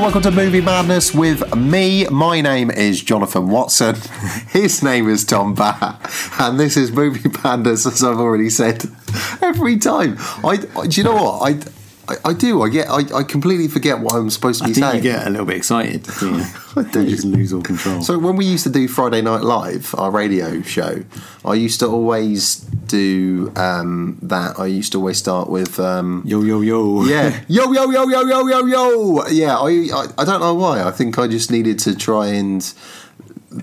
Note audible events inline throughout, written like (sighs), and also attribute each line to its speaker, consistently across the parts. Speaker 1: welcome to Movie Madness with me. My name is Jonathan Watson. (laughs) His name is Tom Batt, and this is Movie Madness, as I've already said every time. I, I- do you know what I, I, I do. I get. I, I completely forget what I'm supposed to
Speaker 2: I
Speaker 1: be
Speaker 2: think you
Speaker 1: saying.
Speaker 2: get a little bit excited, don't you?
Speaker 1: (laughs) I do.
Speaker 2: (laughs) You just lose all control.
Speaker 1: So when we used to do Friday Night Live, our radio show, I used to always do um, that. I used to always start with. Um,
Speaker 2: yo, yo, yo.
Speaker 1: yeah, (laughs) yo, yo, yo, yo, yo, yo, yo. Yeah, I, I, I don't know why. I think I just needed to try and
Speaker 2: (laughs)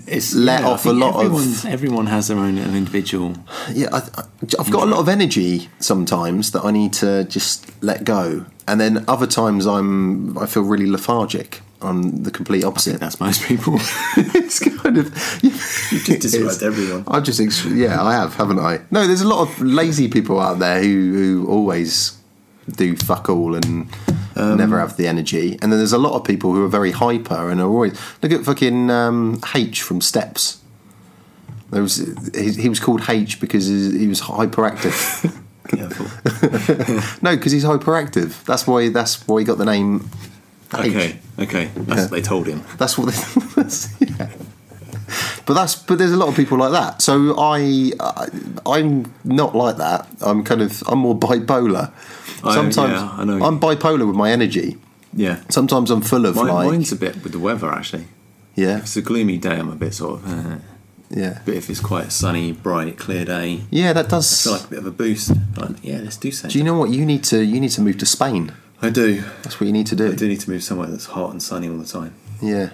Speaker 2: It's
Speaker 1: let
Speaker 2: yeah, I
Speaker 1: off a
Speaker 2: think
Speaker 1: lot
Speaker 2: everyone,
Speaker 1: of.
Speaker 2: Everyone has their own little individual.
Speaker 1: Yeah, I, I- I've got a lot of energy sometimes that I need to just let go, and then other times I'm I feel really lethargic. I'm the complete
Speaker 2: I think
Speaker 1: opposite.
Speaker 2: that's most (laughs) people.
Speaker 1: (laughs) it's kind of you just
Speaker 3: described everyone.
Speaker 1: I've just ex- yeah, I have, haven't I? No, there's a lot of lazy people out there who, who always do fuck all and never have the energy. And then there's a lot of people who are very hyper and are always look at fucking um, H from Steps. There was he, he was called H because he he was hyperactive.
Speaker 3: Careful.
Speaker 1: no, because he's hyperactive. That's why that's why he got the name
Speaker 2: okay, okay. That's what they told him.
Speaker 1: That's what. They, (laughs) that's, yeah. But that's but there's a lot of people like that. So I, I I'm not like that. I'm kind of I'm more bipolar.
Speaker 2: I-
Speaker 1: Sometimes
Speaker 2: Oh, yeah, I know.
Speaker 1: am bipolar with my energy.
Speaker 2: Yeah.
Speaker 1: Sometimes I'm full of
Speaker 2: Mine,
Speaker 1: like
Speaker 2: mine's a bit with the weather, actually.
Speaker 1: yeah
Speaker 2: If it's a gloomy day, I'm a bit sort of. Uh,
Speaker 1: yeah
Speaker 2: but if it's quite a sunny, bright, clear day,
Speaker 1: yeah that does.
Speaker 2: I feel like a bit of a boost. Like, yeah, let's do something.
Speaker 1: do you know what you need to you need to move to Spain?
Speaker 2: I do.
Speaker 1: That's what you need to do.
Speaker 2: I do need to move somewhere that's hot and sunny all the time.
Speaker 1: Yeah.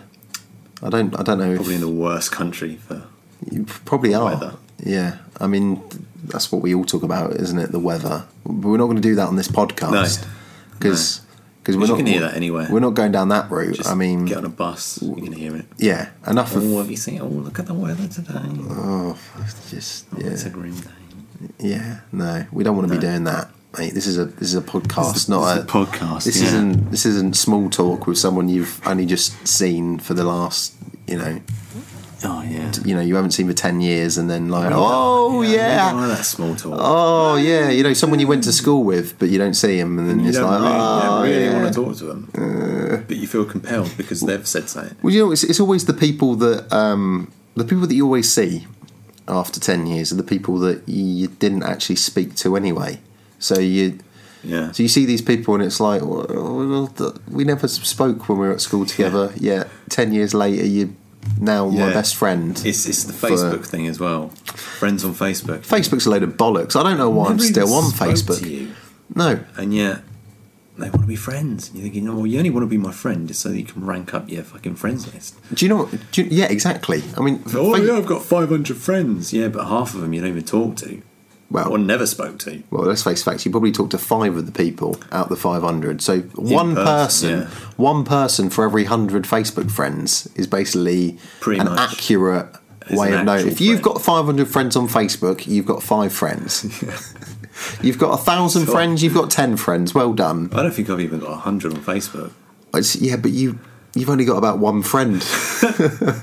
Speaker 1: I don't I don't know. if-
Speaker 2: Probably in the worst country for
Speaker 1: You probably are.
Speaker 2: weather.
Speaker 1: Yeah, I mean, that's what we all talk about, isn't it? The weather. But we're not going to do that on this podcast
Speaker 2: No.
Speaker 1: because because we're
Speaker 2: You
Speaker 1: not
Speaker 2: can hear that anywhere.
Speaker 1: We're not going down that route.
Speaker 2: Just
Speaker 1: I mean,
Speaker 2: get on a bus, you can hear it.
Speaker 1: yeah, enough of
Speaker 2: Oh, have you seen? Oh, look at the weather today.
Speaker 1: oh, it's just
Speaker 2: Oh,
Speaker 1: yeah,
Speaker 2: It's a grim day.
Speaker 1: yeah. No, we don't want to be
Speaker 2: No.
Speaker 1: doing that. Mate, this is a this is a podcast,
Speaker 2: This is-
Speaker 1: Oh, not
Speaker 2: this is a podcast,
Speaker 1: This
Speaker 2: yeah.
Speaker 1: isn't this isn't small talk with someone you've only just seen for the last you know
Speaker 2: Oh yeah.
Speaker 1: you know you haven't seen for ten years and then like oh
Speaker 2: I
Speaker 1: yeah
Speaker 2: don't like that small talk.
Speaker 1: Oh yeah, you know someone you went to school with, but you don't see him, and then
Speaker 2: you
Speaker 1: it's
Speaker 2: don't
Speaker 1: like,
Speaker 2: really,
Speaker 1: oh,
Speaker 2: you don't really
Speaker 1: yeah. Uh.
Speaker 2: want to talk to them, but you feel compelled because they've said something.
Speaker 1: Well, you know, it's, it's always the people that um, the people that you always see after ten years are the people that you didn't actually speak to anyway. So you,
Speaker 2: Yeah.
Speaker 1: so you see these people, and it's like, well, well, th- we never spoke when we were at school together. Yeah, ten years later, you now my
Speaker 2: Yeah.
Speaker 1: best friend.
Speaker 2: It's it's the
Speaker 1: For-
Speaker 2: Facebook thing as well. Friends on Facebook.
Speaker 1: Facebook's a load of bollocks. I don't know why I'm
Speaker 2: Never
Speaker 1: still
Speaker 2: even
Speaker 1: on
Speaker 2: spoke to
Speaker 1: Facebook.
Speaker 2: you,
Speaker 1: No,
Speaker 2: and yet they want to be friends. You're thinking, oh, well, you only want to be my friend just so that you can rank up your fucking friends list.
Speaker 1: do you know? What, do you, yeah, exactly. I mean,
Speaker 2: Oh
Speaker 1: Fa-
Speaker 2: yeah, I've got 500 friends. Yeah, but half of them you don't even talk to,
Speaker 1: well,
Speaker 2: or never spoke to.
Speaker 1: Well, let's face facts. You probably talked to five of the people out of the five hundred. So one person,
Speaker 2: person,
Speaker 1: one person for every hundred Facebook friends is basically
Speaker 2: Pretty
Speaker 1: an
Speaker 2: much.
Speaker 1: accurate
Speaker 2: It's
Speaker 1: way
Speaker 2: an
Speaker 1: of knowing.
Speaker 2: actual
Speaker 1: If you've
Speaker 2: friend.
Speaker 1: got five hundred friends on Facebook, you've got five friends.
Speaker 2: (laughs)
Speaker 1: you've got a thousand
Speaker 2: So-
Speaker 1: friends, you've got ten friends. Well done.
Speaker 2: I don't think I've even got 100 on Facebook.
Speaker 1: It's- yeah, but you. You've only got about one
Speaker 2: (laughs)
Speaker 1: friend,
Speaker 2: Yeah.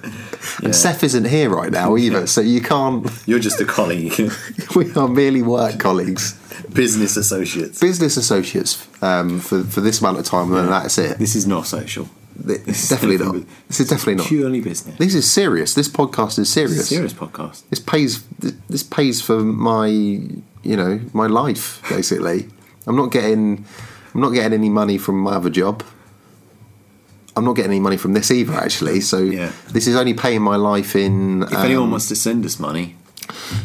Speaker 1: and Seth isn't here right
Speaker 2: (laughs)
Speaker 1: now either, so you can't. (laughs)
Speaker 2: You're just a colleague, (laughs)
Speaker 1: We are merely work colleagues,
Speaker 2: business associates.
Speaker 1: business associates um, for for this amount of time, and that's it.
Speaker 2: This is not social.
Speaker 1: Th- It's
Speaker 2: is
Speaker 1: definitely
Speaker 2: nothing
Speaker 1: not. This is definitely not.
Speaker 2: Purely business.
Speaker 1: This is serious. This podcast is
Speaker 2: It's a
Speaker 1: serious.
Speaker 2: serious podcast.
Speaker 1: This pays. th- This pays for my, you know, my life basically. (laughs) I'm not getting. I'm not getting any money from my other job. I'm not getting any money from this either, actually. So
Speaker 2: Yeah.
Speaker 1: this is only paying my life in. um,
Speaker 2: If anyone wants to send us money,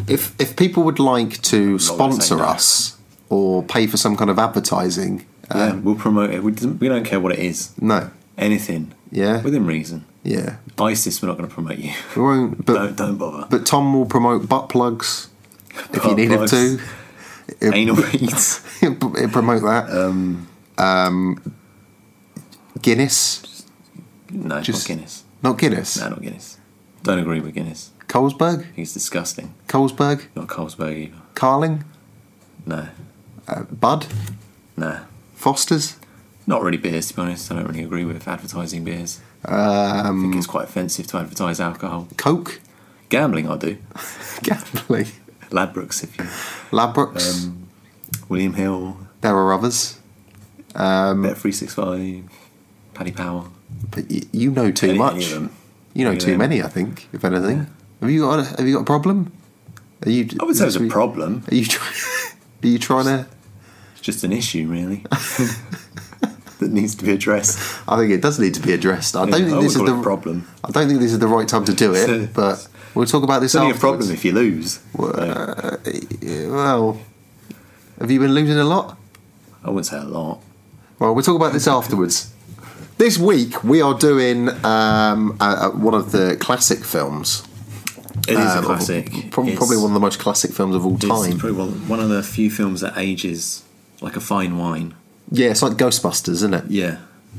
Speaker 1: if if people would like to sponsor
Speaker 2: no.
Speaker 1: us or pay for some kind of advertising,
Speaker 2: yeah, we'll promote it. We don't, we don't care what it is.
Speaker 1: no,
Speaker 2: Anything.
Speaker 1: Yeah.
Speaker 2: Within reason.
Speaker 1: yeah,
Speaker 2: ISIS, we're not going to promote you.
Speaker 1: we won't. But
Speaker 2: don't don't bother.
Speaker 1: But Tom will promote butt plugs if you
Speaker 2: Butt
Speaker 1: need
Speaker 2: plugs.
Speaker 1: him to.
Speaker 2: Anal beads.
Speaker 1: (laughs) He'll pr- he'll promote that. Um, Guinness,
Speaker 2: No,
Speaker 1: Just-
Speaker 2: just Guinness.
Speaker 1: not Guinness.
Speaker 2: No, not Guinness. Don't agree with Guinness.
Speaker 1: Colesberg,
Speaker 2: I think it's disgusting.
Speaker 1: Colesberg,
Speaker 2: Not Carlsberg either.
Speaker 1: Carling,
Speaker 2: No,
Speaker 1: uh, Bud,
Speaker 2: no.
Speaker 1: Foster's.
Speaker 2: Not really beers, to be honest. I don't really agree with advertising beers. I
Speaker 1: Um,
Speaker 2: think it's quite offensive to advertise alcohol.
Speaker 1: Coke, (laughs)
Speaker 2: Gambling, I do.
Speaker 1: Gambling,
Speaker 2: Ladbrokes, if you.
Speaker 1: Labrooks.
Speaker 2: Um, William Hill,
Speaker 1: there are others.
Speaker 2: Bet365, Paddy Power.
Speaker 1: Um, But y- you know too
Speaker 2: Any- any
Speaker 1: much.
Speaker 2: of them.
Speaker 1: You know
Speaker 2: Any of
Speaker 1: too
Speaker 2: them.
Speaker 1: many. I think, if anything. Have you got a, Have you got a problem? Are you?
Speaker 2: I would say it's
Speaker 1: are
Speaker 2: a
Speaker 1: you-
Speaker 2: problem.
Speaker 1: (laughs) Are you? Try- are you trying to?
Speaker 2: It's just an
Speaker 1: (laughs)
Speaker 2: issue, really, that needs to be addressed.
Speaker 1: I think it does need to be addressed. I don't
Speaker 2: Yeah, I
Speaker 1: think
Speaker 2: would
Speaker 1: this is
Speaker 2: call it
Speaker 1: the
Speaker 2: a problem.
Speaker 1: I don't think this is the right time to do
Speaker 2: (laughs)
Speaker 1: it. but we'll talk about this
Speaker 2: It's only a
Speaker 1: afterwards.
Speaker 2: problem if you lose. So,
Speaker 1: Uh, Well, have you been losing a lot?
Speaker 2: I wouldn't say a lot.
Speaker 1: Well, we'll talk about this afterwards. This week we are doing um, uh, uh, one of the classic films.
Speaker 2: It is
Speaker 1: Um,
Speaker 2: a
Speaker 1: of-
Speaker 2: classic.
Speaker 1: prob-
Speaker 2: It's-
Speaker 1: probably one of the most classic films of all
Speaker 2: It's
Speaker 1: time.
Speaker 2: probably one, one of the few films that ages like a fine wine.
Speaker 1: Yeah, it's like Ghostbusters, isn't it?
Speaker 2: Yeah.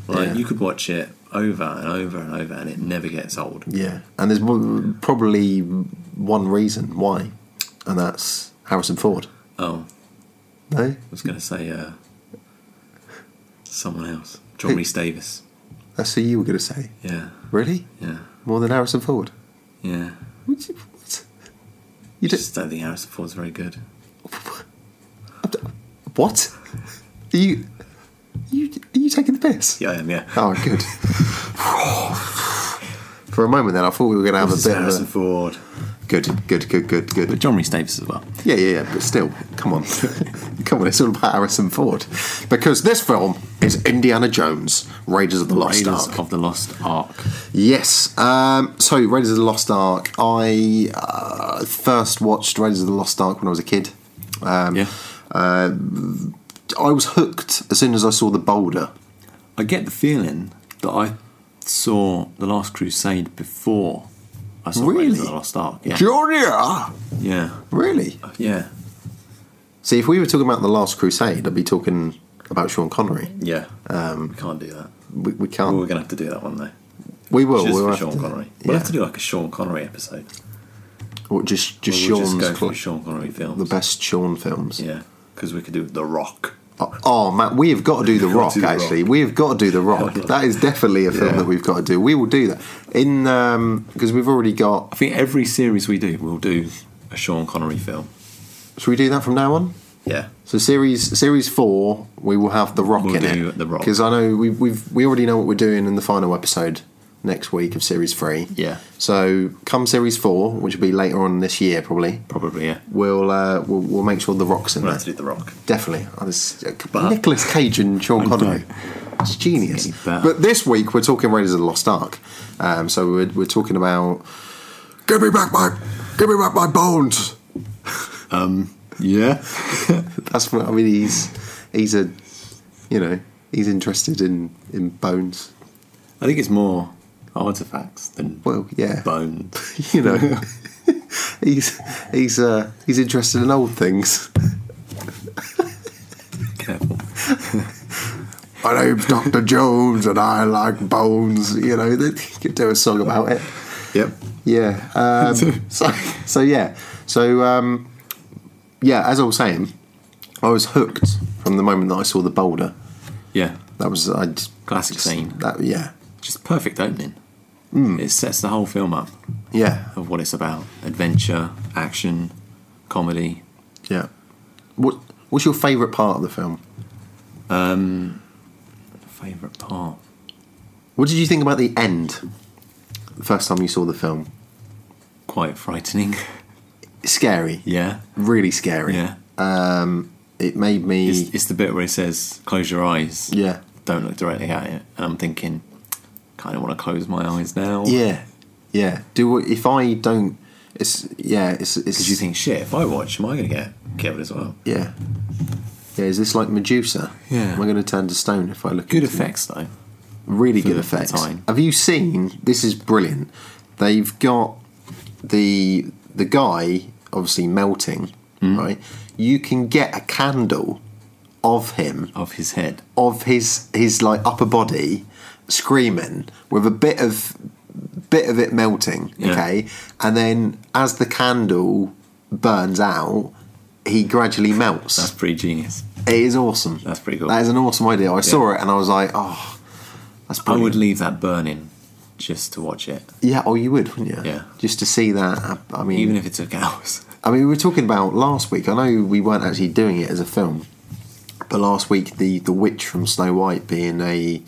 Speaker 2: Like
Speaker 1: Yeah.
Speaker 2: you could watch it over and over and over and it never gets old.
Speaker 1: Yeah, and there's mo- probably one reason why, and that's Harrison Ford.
Speaker 2: Oh,
Speaker 1: No,
Speaker 2: I was going to say uh, someone else. John
Speaker 1: Who-
Speaker 2: Rhys Davis.
Speaker 1: that's who you were going to say.
Speaker 2: Yeah.
Speaker 1: Really?
Speaker 2: Yeah.
Speaker 1: More than Harrison Ford?
Speaker 2: Yeah.
Speaker 1: Would you? What? You
Speaker 2: I
Speaker 1: just
Speaker 2: just don't think Harrison Ford's very good.
Speaker 1: what? Are you? You are you taking the piss?
Speaker 2: Yeah, I am, yeah.
Speaker 1: Oh, good. For a moment, then I thought we were going to have a
Speaker 2: This is
Speaker 1: bit
Speaker 2: Harrison
Speaker 1: of
Speaker 2: Ford.
Speaker 1: a good, good, good, good, good.
Speaker 2: But John Rhys Davis as well.
Speaker 1: Yeah, yeah, yeah. But still, come
Speaker 2: (laughs)
Speaker 1: on, come on. It's all about Harrison Ford because this film is Indiana Jones: Raiders of the Lost
Speaker 2: Raiders
Speaker 1: Ark.
Speaker 2: of the Lost Ark.
Speaker 1: Yes. Um, so Raiders of the Lost Ark. I uh, first watched Raiders of the Lost Ark when I was a kid. Um,
Speaker 2: Yeah.
Speaker 1: I was hooked as soon as I saw the boulder.
Speaker 2: I get the feeling that I saw The Last Crusade before I saw Raiders
Speaker 1: Really?
Speaker 2: of the Lost Ark. Yeah.
Speaker 1: Georgia.
Speaker 2: yeah.
Speaker 1: Really?
Speaker 2: Yeah.
Speaker 1: See, if we were talking about the Last Crusade, I'd be talking about Sean Connery.
Speaker 2: Yeah. Um, we can't do that.
Speaker 1: We, we
Speaker 2: Well,
Speaker 1: can't.
Speaker 2: we're going to have to do that one though.
Speaker 1: We will.
Speaker 2: just
Speaker 1: we'll
Speaker 2: for
Speaker 1: have
Speaker 2: Sean
Speaker 1: to-
Speaker 2: Connery.
Speaker 1: yeah.
Speaker 2: We'll have to do like a Sean Connery episode.
Speaker 1: Or just just
Speaker 2: we'll
Speaker 1: Sean's
Speaker 2: just go
Speaker 1: cl-
Speaker 2: through Sean Connery films.
Speaker 1: the best Sean films.
Speaker 2: Yeah, because we could do The Rock.
Speaker 1: Oh, Oh man, we have got to do
Speaker 2: (laughs)
Speaker 1: the
Speaker 2: We've got
Speaker 1: Rock.
Speaker 2: to do The
Speaker 1: actually, we have got to do the Rock.
Speaker 2: Hell yeah.
Speaker 1: that is definitely a film
Speaker 2: Yeah.
Speaker 1: that we've got to do. We will do that in because we've already got.
Speaker 2: I think every series we do, we'll do a Sean Connery film.
Speaker 1: Should we do that from now on?
Speaker 2: Yeah,
Speaker 1: So series series four, we will have the Rock
Speaker 2: We'll
Speaker 1: in
Speaker 2: do
Speaker 1: it.
Speaker 2: The Rock.
Speaker 1: because I know we, we've we already know what we're doing in the final episode next week of series three.
Speaker 2: Yeah.
Speaker 1: So come series four, which will be later on this year probably.
Speaker 2: probably. Yeah,
Speaker 1: We'll uh, we'll, we'll make sure the Rock's in
Speaker 2: we'll
Speaker 1: there.
Speaker 2: have to do The Rock.
Speaker 1: Definitely. Oh, this,
Speaker 2: But-
Speaker 1: Nicholas Cage and Sean
Speaker 2: I know.
Speaker 1: Connery. It's genius.
Speaker 2: It's getting better.
Speaker 1: But this week we're talking Raiders of the Lost Ark. Um, so we're, we're talking about. Give me back my, give me back my bones.
Speaker 2: Yeah,
Speaker 1: That's what I mean. He's he's a, you know, he's interested in in bones.
Speaker 2: I think it's more artifacts than
Speaker 1: Well, yeah,
Speaker 2: (laughs)
Speaker 1: (laughs)
Speaker 2: bones.
Speaker 1: you know, (laughs) he's he's uh he's interested in old things.
Speaker 2: Careful.
Speaker 1: My name's Doctor Jones, and I like bones. (laughs) You know, that he could do a song about it.
Speaker 2: Yep.
Speaker 1: Yeah. (laughs) Um, so, so yeah. So um, yeah. As I was saying, I was hooked from the moment that I saw the boulder.
Speaker 2: Yeah,
Speaker 1: That was I. just-
Speaker 2: Classic scene.
Speaker 1: That yeah.
Speaker 2: just perfect opening. It sets the whole film up
Speaker 1: Yeah.
Speaker 2: of what it's about: adventure, action, comedy.
Speaker 1: Yeah. What What's your favourite part of the film?
Speaker 2: Um, Favorite part.
Speaker 1: What did you think about the end? The first time you saw the film,
Speaker 2: Quite frightening.
Speaker 1: scary.
Speaker 2: (laughs) Yeah.
Speaker 1: Really scary.
Speaker 2: Yeah.
Speaker 1: It made me.
Speaker 2: It's, it's the bit where it says, close your eyes.
Speaker 1: yeah.
Speaker 2: Don't look directly at it. And I'm thinking, kind of want to close my eyes now.
Speaker 1: Yeah. Yeah. Do what if I don't? It's yeah. It's it's.
Speaker 2: Because you think, shit, if I watch, am I going to get killed as well?
Speaker 1: Yeah. Yeah, is this like Medusa?
Speaker 2: Yeah.
Speaker 1: Am I going to turn to stone if I look
Speaker 2: Good
Speaker 1: into
Speaker 2: effects, though.
Speaker 1: Really good
Speaker 2: the
Speaker 1: effects.
Speaker 2: time.
Speaker 1: Have you seen? This is brilliant. They've got the the guy obviously melting,
Speaker 2: Hmm.
Speaker 1: right? You can get a candle of him,
Speaker 2: Of his head.
Speaker 1: of his his like upper body screaming with a bit of bit of it melting,
Speaker 2: Yeah.
Speaker 1: okay? And then as the candle burns out, he gradually melts.
Speaker 2: That's pretty genius.
Speaker 1: It is awesome.
Speaker 2: That's pretty cool.
Speaker 1: That is an awesome idea. I saw it and I was like, oh, that's
Speaker 2: I would
Speaker 1: brilliant.
Speaker 2: leave that burning just to watch it,
Speaker 1: yeah, oh, you would, wouldn't you?
Speaker 2: Yeah.
Speaker 1: Just to see that. I- I mean,
Speaker 2: even if it took (laughs) hours.
Speaker 1: I mean, we were talking about last week. I know we weren't actually doing it as a film, but last week the the witch from Snow White being a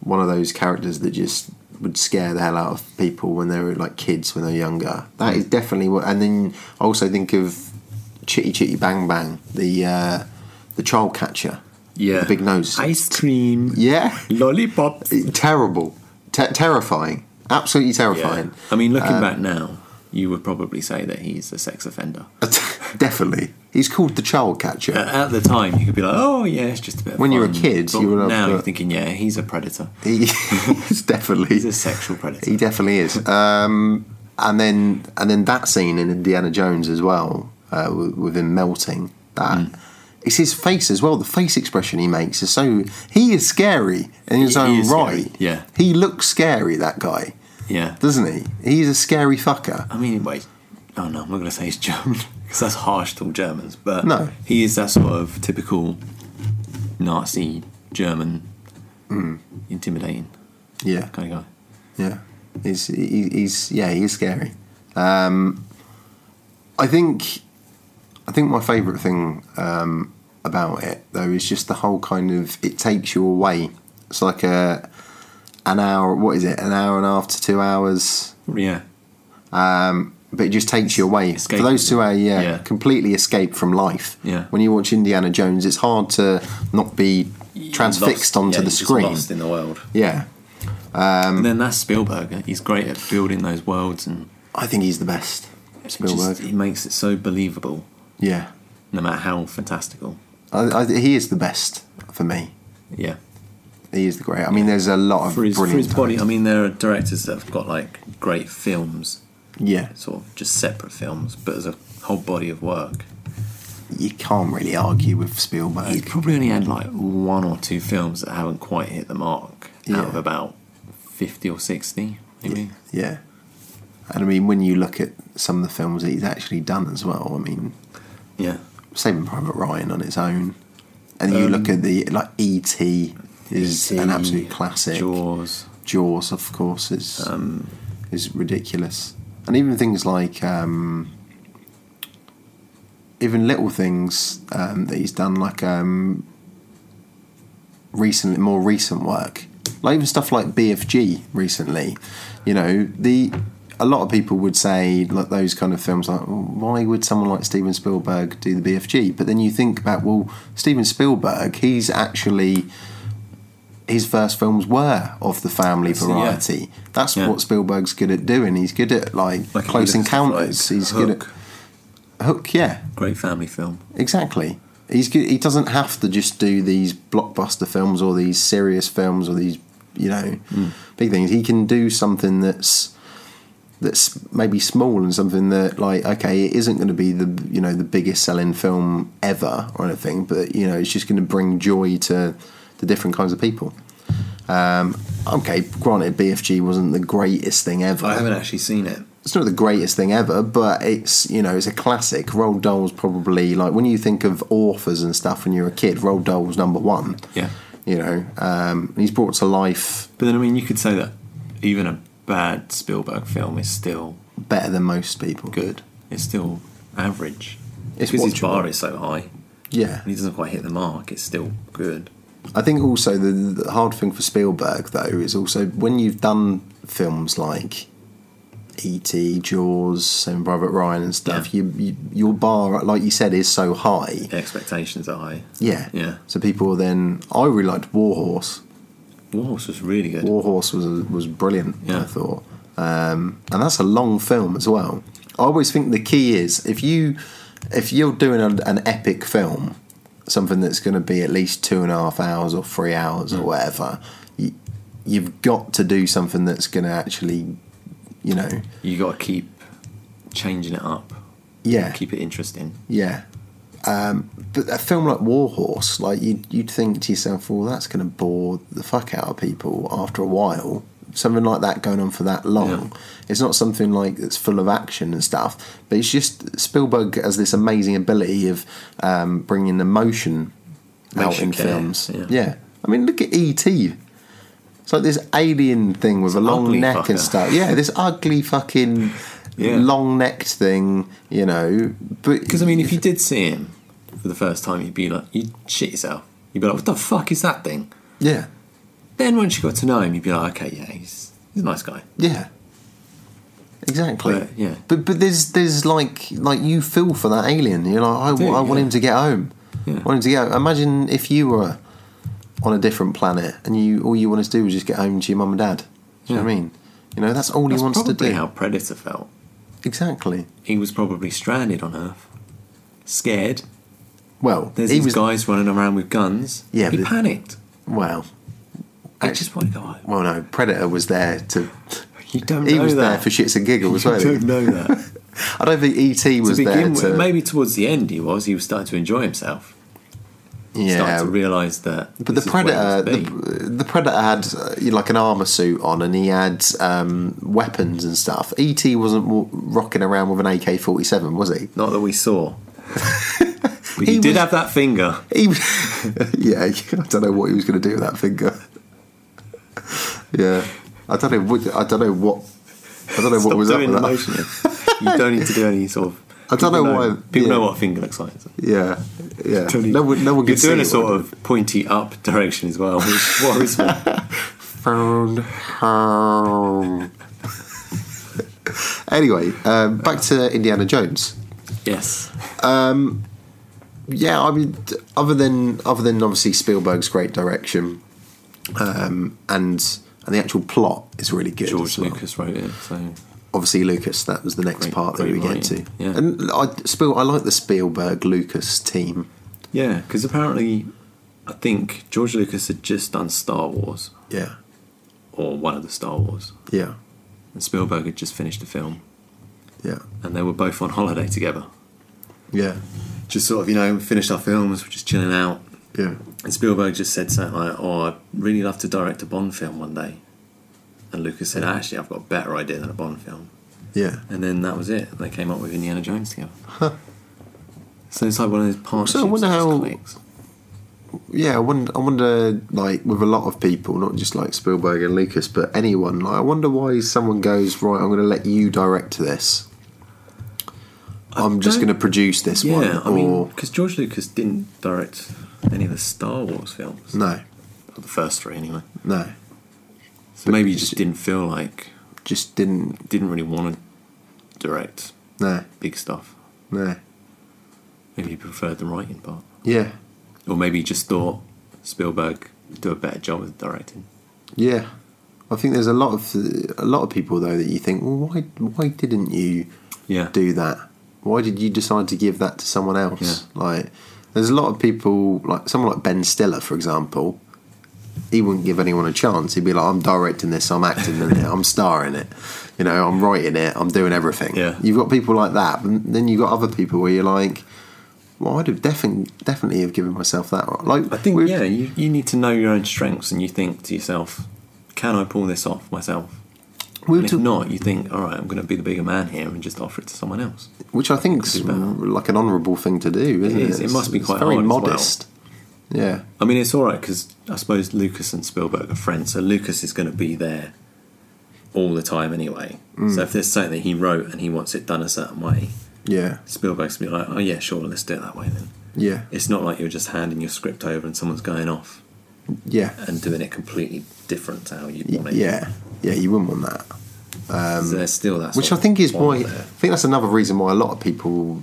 Speaker 1: one of those characters that just would scare the hell out of people when they were like kids when they're younger. That is definitely what. And then I also think of Chitty Chitty Bang Bang, the uh, the child catcher,
Speaker 2: Yeah.
Speaker 1: the big nose.
Speaker 2: Ice cream.
Speaker 1: yeah,
Speaker 2: Lollipop.
Speaker 1: terrible, Te- terrifying, absolutely terrifying.
Speaker 2: I mean,
Speaker 1: Um,
Speaker 2: looking back now, you would probably say that he's a sex offender.
Speaker 1: (laughs) definitely, he's called the child catcher.
Speaker 2: At- At the time, you could be like, "Oh yeah, it's just a bit." Of
Speaker 1: When you were
Speaker 2: fun."
Speaker 1: kids,
Speaker 2: But
Speaker 1: you were like,
Speaker 2: now
Speaker 1: but-
Speaker 2: you're thinking, "Yeah, he's a predator.
Speaker 1: He, (laughs) he's definitely
Speaker 2: He's a sexual
Speaker 1: (laughs)
Speaker 2: predator."
Speaker 1: He definitely is. Um, and then and then that scene in Indiana Jones as well, uh, with with him melting. That
Speaker 2: Hmm.
Speaker 1: it's his face as well. The face expression he makes is so he is scary in his
Speaker 2: He- he
Speaker 1: own
Speaker 2: is scary,
Speaker 1: right.
Speaker 2: yeah.
Speaker 1: he looks scary. That guy
Speaker 2: yeah.
Speaker 1: doesn't he? He's a scary fucker.
Speaker 2: I mean, wait. Oh no, I'm not going to say he's German (laughs) because that's harsh to all Germans. But
Speaker 1: No.
Speaker 2: he is that sort of typical Nazi German,
Speaker 1: Mm.
Speaker 2: intimidating
Speaker 1: Yeah,
Speaker 2: kind of guy.
Speaker 1: yeah. He's he, he's yeah he is scary. Um, I think I think my favourite thing um, about it though is just the whole kind of it takes you away. It's like a an hour. What is it? An hour and a half to two hours.
Speaker 2: Yeah,
Speaker 1: But it just takes you away
Speaker 2: Escape.
Speaker 1: for those two hours. Yeah,
Speaker 2: Yeah.
Speaker 1: completely escape from life.
Speaker 2: Yeah.
Speaker 1: When you watch Indiana Jones, it's hard to not be transfixed
Speaker 2: Lost-
Speaker 1: onto
Speaker 2: yeah,
Speaker 1: the
Speaker 2: he's just
Speaker 1: screen. Um,
Speaker 2: Lost in the world.
Speaker 1: Yeah,
Speaker 2: and then that's Spielberg. He's great at building those worlds, and
Speaker 1: I think he's the best.
Speaker 2: it just-
Speaker 1: Spielberg.
Speaker 2: he makes it so believable,
Speaker 1: yeah.
Speaker 2: no matter how fantastical.
Speaker 1: I, I, he is the best for me.
Speaker 2: Yeah,
Speaker 1: He is the great. I mean, there's a lot of
Speaker 2: for his, for
Speaker 1: brilliant.
Speaker 2: his body. I
Speaker 1: talent.
Speaker 2: mean, there are directors that have got like great films,
Speaker 1: yeah,
Speaker 2: sort of just separate films, but as a whole body of work.
Speaker 1: you can't really argue with Spielberg.
Speaker 2: He's probably only had like one or two films that haven't quite hit the mark out
Speaker 1: Yeah.
Speaker 2: of about 50 or 60, maybe.
Speaker 1: yeah, and I mean, when you look at some of the films that he's actually done as well, I mean,
Speaker 2: Yeah.
Speaker 1: Saving Private Ryan on its own, and you
Speaker 2: Um,
Speaker 1: look at the like E.T. is an
Speaker 2: E.T.,
Speaker 1: absolute classic.
Speaker 2: Jaws. Um,
Speaker 1: Jaws, of course, is is ridiculous, and even things like um, even little things um, that he's done, like um, recently, more recent work, like even stuff like BFG recently. You know, the a lot of people would say like those kind of films, like "Well, why would someone like Steven Spielberg do the BFG? But then you think about well, Steven Spielberg, he's actually his first films were of the family
Speaker 2: That's- yeah.
Speaker 1: variety. That's
Speaker 2: Yeah.
Speaker 1: what Spielberg's good at doing. He's good at like,
Speaker 2: Like,
Speaker 1: close
Speaker 2: he looks at, like,
Speaker 1: encounters. He's good
Speaker 2: Hook.
Speaker 1: at Hook. Yeah,
Speaker 2: Great family film.
Speaker 1: exactly. He's good. He doesn't have to just do these blockbuster films or these serious films or these you know
Speaker 2: Hmm.
Speaker 1: big things. He can do something that's that's maybe small and something that like okay it isn't going to be the you know the biggest selling film ever or anything but you know it's just going to bring joy to the different kinds of people um, okay granted bfg wasn't the greatest thing ever
Speaker 2: I haven't actually seen it.
Speaker 1: it's not the greatest thing ever, but it's you know it's a classic. Roald Dahl's probably like when you think of authors and stuff when you're a kid, Roald Dahl's number one.
Speaker 2: Yeah.
Speaker 1: You know, um, and he's brought to life
Speaker 2: But then, I mean, you could say that even a bad Spielberg film is still
Speaker 1: better than most people.
Speaker 2: good, it's still average.
Speaker 1: It's
Speaker 2: because his
Speaker 1: watchable.
Speaker 2: bar is so high
Speaker 1: Yeah,
Speaker 2: and he doesn't quite hit the mark, it's still good.
Speaker 1: I think also the, the hard thing for Spielberg though is also when you've done films like E.T., Jaws, Saving Private Ryan and stuff. You, you your bar, like you said, is so high.
Speaker 2: Expectations are high.
Speaker 1: Yeah.
Speaker 2: Yeah.
Speaker 1: So people then I really liked Warhorse.
Speaker 2: Warhorse was really good.
Speaker 1: Warhorse was was brilliant. I
Speaker 2: Yeah.
Speaker 1: thought, um, and that's a long film as well. I always think the key is if you if you're doing an, an epic film, something that's going to be at least two and a half hours or three hours or whatever, you, you've got to do something that's going to actually, you know,
Speaker 2: You got to keep changing it up,
Speaker 1: yeah,
Speaker 2: keep it interesting.
Speaker 1: yeah. Um, but a film like Warhorse, like you'd, you'd think to yourself, well, that's going to bore the fuck out of people after a while. Something like that going on for that long. It's not something like that's full of action and stuff, but it's just Spielberg has this amazing ability of um, bringing emotion
Speaker 2: Makes
Speaker 1: out
Speaker 2: you
Speaker 1: in
Speaker 2: care,
Speaker 1: films.
Speaker 2: yeah.
Speaker 1: I mean, look at E.T. It's like this alien thing with a long
Speaker 2: ugly
Speaker 1: neck and
Speaker 2: fucker.
Speaker 1: stuff. Yeah, this ugly fucking
Speaker 2: (laughs) Yeah.
Speaker 1: long necked thing, you know. But
Speaker 2: Because I mean, if you did see him for the first time, you'd be like, you'd shit yourself. You'd be like, what the fuck is that thing?
Speaker 1: Yeah.
Speaker 2: Then once you got to know him, you'd be like, okay, yeah, he's, he's a nice guy.
Speaker 1: Yeah. Exactly.
Speaker 2: But, yeah.
Speaker 1: But but there's there's like like you feel for that alien. You're like I,
Speaker 2: do,
Speaker 1: wa- I want
Speaker 2: yeah.
Speaker 1: him to get home.
Speaker 2: Yeah.
Speaker 1: I want him to get home. Imagine if you were on a different planet and you all you wanted to do was just get home to your mum and dad. Do you know what I
Speaker 2: Yeah.
Speaker 1: mean? You know that's all
Speaker 2: That's
Speaker 1: he wants to
Speaker 2: probably
Speaker 1: do.
Speaker 2: how Predator felt.
Speaker 1: Exactly.
Speaker 2: He was probably stranded on Earth, scared.
Speaker 1: Well,
Speaker 2: There's
Speaker 1: he
Speaker 2: these
Speaker 1: was
Speaker 2: guys running around with guns.
Speaker 1: Yeah,
Speaker 2: he
Speaker 1: but-
Speaker 2: panicked.
Speaker 1: well.
Speaker 2: I just want to go home.
Speaker 1: Well, no, Predator was there to.
Speaker 2: You don't
Speaker 1: He
Speaker 2: know
Speaker 1: was
Speaker 2: that.
Speaker 1: there for shits and giggles,
Speaker 2: you
Speaker 1: wasn't
Speaker 2: (laughs) don't
Speaker 1: he?
Speaker 2: know that.
Speaker 1: I don't think ET
Speaker 2: to
Speaker 1: was there
Speaker 2: begin
Speaker 1: to.
Speaker 2: with, maybe towards the end he was. He was starting to enjoy himself.
Speaker 1: yeah,
Speaker 2: starting to realise that.
Speaker 1: But
Speaker 2: this
Speaker 1: the
Speaker 2: is where he
Speaker 1: predator,
Speaker 2: wants to be.
Speaker 1: the, the predator had uh, you know, like an armor suit on, and he had um, weapons and stuff. ET wasn't w- rocking around with an AK forty seven, was he?
Speaker 2: Not that we saw. But
Speaker 1: He
Speaker 2: he, did
Speaker 1: was-
Speaker 2: have that finger.
Speaker 1: he yeah, I don't know what he was going to do with that finger. (laughs) yeah, I don't know. What, I don't know what. I don't know (laughs) what
Speaker 2: Stop
Speaker 1: was up
Speaker 2: doing
Speaker 1: with
Speaker 2: the
Speaker 1: that. (laughs)
Speaker 2: motion. you don't need to do any sort of.
Speaker 1: I don't
Speaker 2: people
Speaker 1: know why-
Speaker 2: People know
Speaker 1: yeah.
Speaker 2: what a finger looks like.
Speaker 1: Yeah, yeah.
Speaker 2: Totally.
Speaker 1: No one, no one
Speaker 2: You're
Speaker 1: could
Speaker 2: doing a
Speaker 1: see it.
Speaker 2: sort of pointy up direction as well,
Speaker 1: (laughs)
Speaker 2: which worries me.
Speaker 1: Found home. (laughs) anyway, um, back to Indiana Jones.
Speaker 2: yes.
Speaker 1: yeah, I mean, t- other than other than obviously Spielberg's great direction, um, and and the actual plot is really good.
Speaker 2: George
Speaker 1: as well.
Speaker 2: Lucas wrote it, so
Speaker 1: obviously Lucas. That was the next
Speaker 2: Great-
Speaker 1: part that we
Speaker 2: great
Speaker 1: get to.
Speaker 2: writing, yeah.
Speaker 1: And I Spiel, I like the Spielberg Lucas team.
Speaker 2: yeah, because apparently, I think George Lucas had just done Star Wars
Speaker 1: Yeah,
Speaker 2: or one of the Star Wars,
Speaker 1: yeah,
Speaker 2: and Spielberg had just finished the film,
Speaker 1: yeah,
Speaker 2: and they were both on holiday together.
Speaker 1: yeah,
Speaker 2: Just sort of, you know, finished our films, we're just chilling out,
Speaker 1: yeah.
Speaker 2: and Spielberg just said something like, "Oh, I'd really love to direct a Bond film one day," and Lucas said, "Actually, I've got a better idea than a Bond film."
Speaker 1: Yeah.
Speaker 2: And then that was it. They came up with Indiana Jones together. So it's like one of those partnerships.
Speaker 1: So I wonder
Speaker 2: that just
Speaker 1: how-
Speaker 2: clicks.
Speaker 1: yeah, I wonder, I wonder, like with a lot of people, not just like Spielberg and Lucas, but anyone. Like, I wonder why someone goes right. I'm going to let you direct this. I'm just
Speaker 2: don't-
Speaker 1: going to produce this one,
Speaker 2: Yeah, I mean,
Speaker 1: or
Speaker 2: because George Lucas didn't direct any of the Star Wars films,
Speaker 1: no,
Speaker 2: Or Hmm. the first three anyway.
Speaker 1: no,
Speaker 2: So maybe he just didn't feel like,
Speaker 1: just didn't.
Speaker 2: didn't really want to direct
Speaker 1: No,
Speaker 2: big stuff.
Speaker 1: no,
Speaker 2: Maybe he preferred the writing part,
Speaker 1: yeah,
Speaker 2: or maybe he just thought Spielberg would do a better job with directing.
Speaker 1: yeah. I think there's a lot of a lot of people though that you think, well, why why didn't you
Speaker 2: Yeah,
Speaker 1: do that? Why did you decide to give that to someone else? Like, there's a lot of people, like someone like Ben Stiller, for example. He wouldn't give anyone a chance. He'd be like, "I'm directing this, I'm acting in it, I'm starring it, you know, I'm writing it, I'm doing everything."
Speaker 2: Yeah.
Speaker 1: You've got people like that, but then you've got other people where you're like, "Well, I'd have definitely definitely have given myself that." right." Like,
Speaker 2: I think
Speaker 1: with-
Speaker 2: yeah, you, you need to know your own strengths, and you think to yourself, "Can I pull this off myself?"
Speaker 1: we were
Speaker 2: And if
Speaker 1: talk-
Speaker 2: not, you think, all right, I'm going to be the bigger man here and just offer it to someone else.
Speaker 1: which I think's
Speaker 2: do better.
Speaker 1: like an honourable thing to do, isn't it?
Speaker 2: is. It
Speaker 1: It's-
Speaker 2: must be
Speaker 1: it's
Speaker 2: quite
Speaker 1: very
Speaker 2: hard as well.
Speaker 1: modest. Yeah,
Speaker 2: I mean, it's all right because I suppose Lucas and Spielberg are friends, so Lucas is going to be there all the time anyway.
Speaker 1: Mm.
Speaker 2: So if there's something that he wrote and he wants it done a certain way,
Speaker 1: yeah,
Speaker 2: Spielberg's going to be like, oh yeah, sure, let's do it that way then.
Speaker 1: yeah,
Speaker 2: It's not like you're just handing your script over and someone's going off
Speaker 1: yeah.
Speaker 2: and doing it completely different to how you
Speaker 1: Y-
Speaker 2: want it.
Speaker 1: Yeah, yeah, you wouldn't want that.
Speaker 2: 'Cause there's still that.
Speaker 1: Which
Speaker 2: sort
Speaker 1: I think
Speaker 2: of
Speaker 1: is why
Speaker 2: bond
Speaker 1: I
Speaker 2: there.
Speaker 1: think that's another reason why a lot of people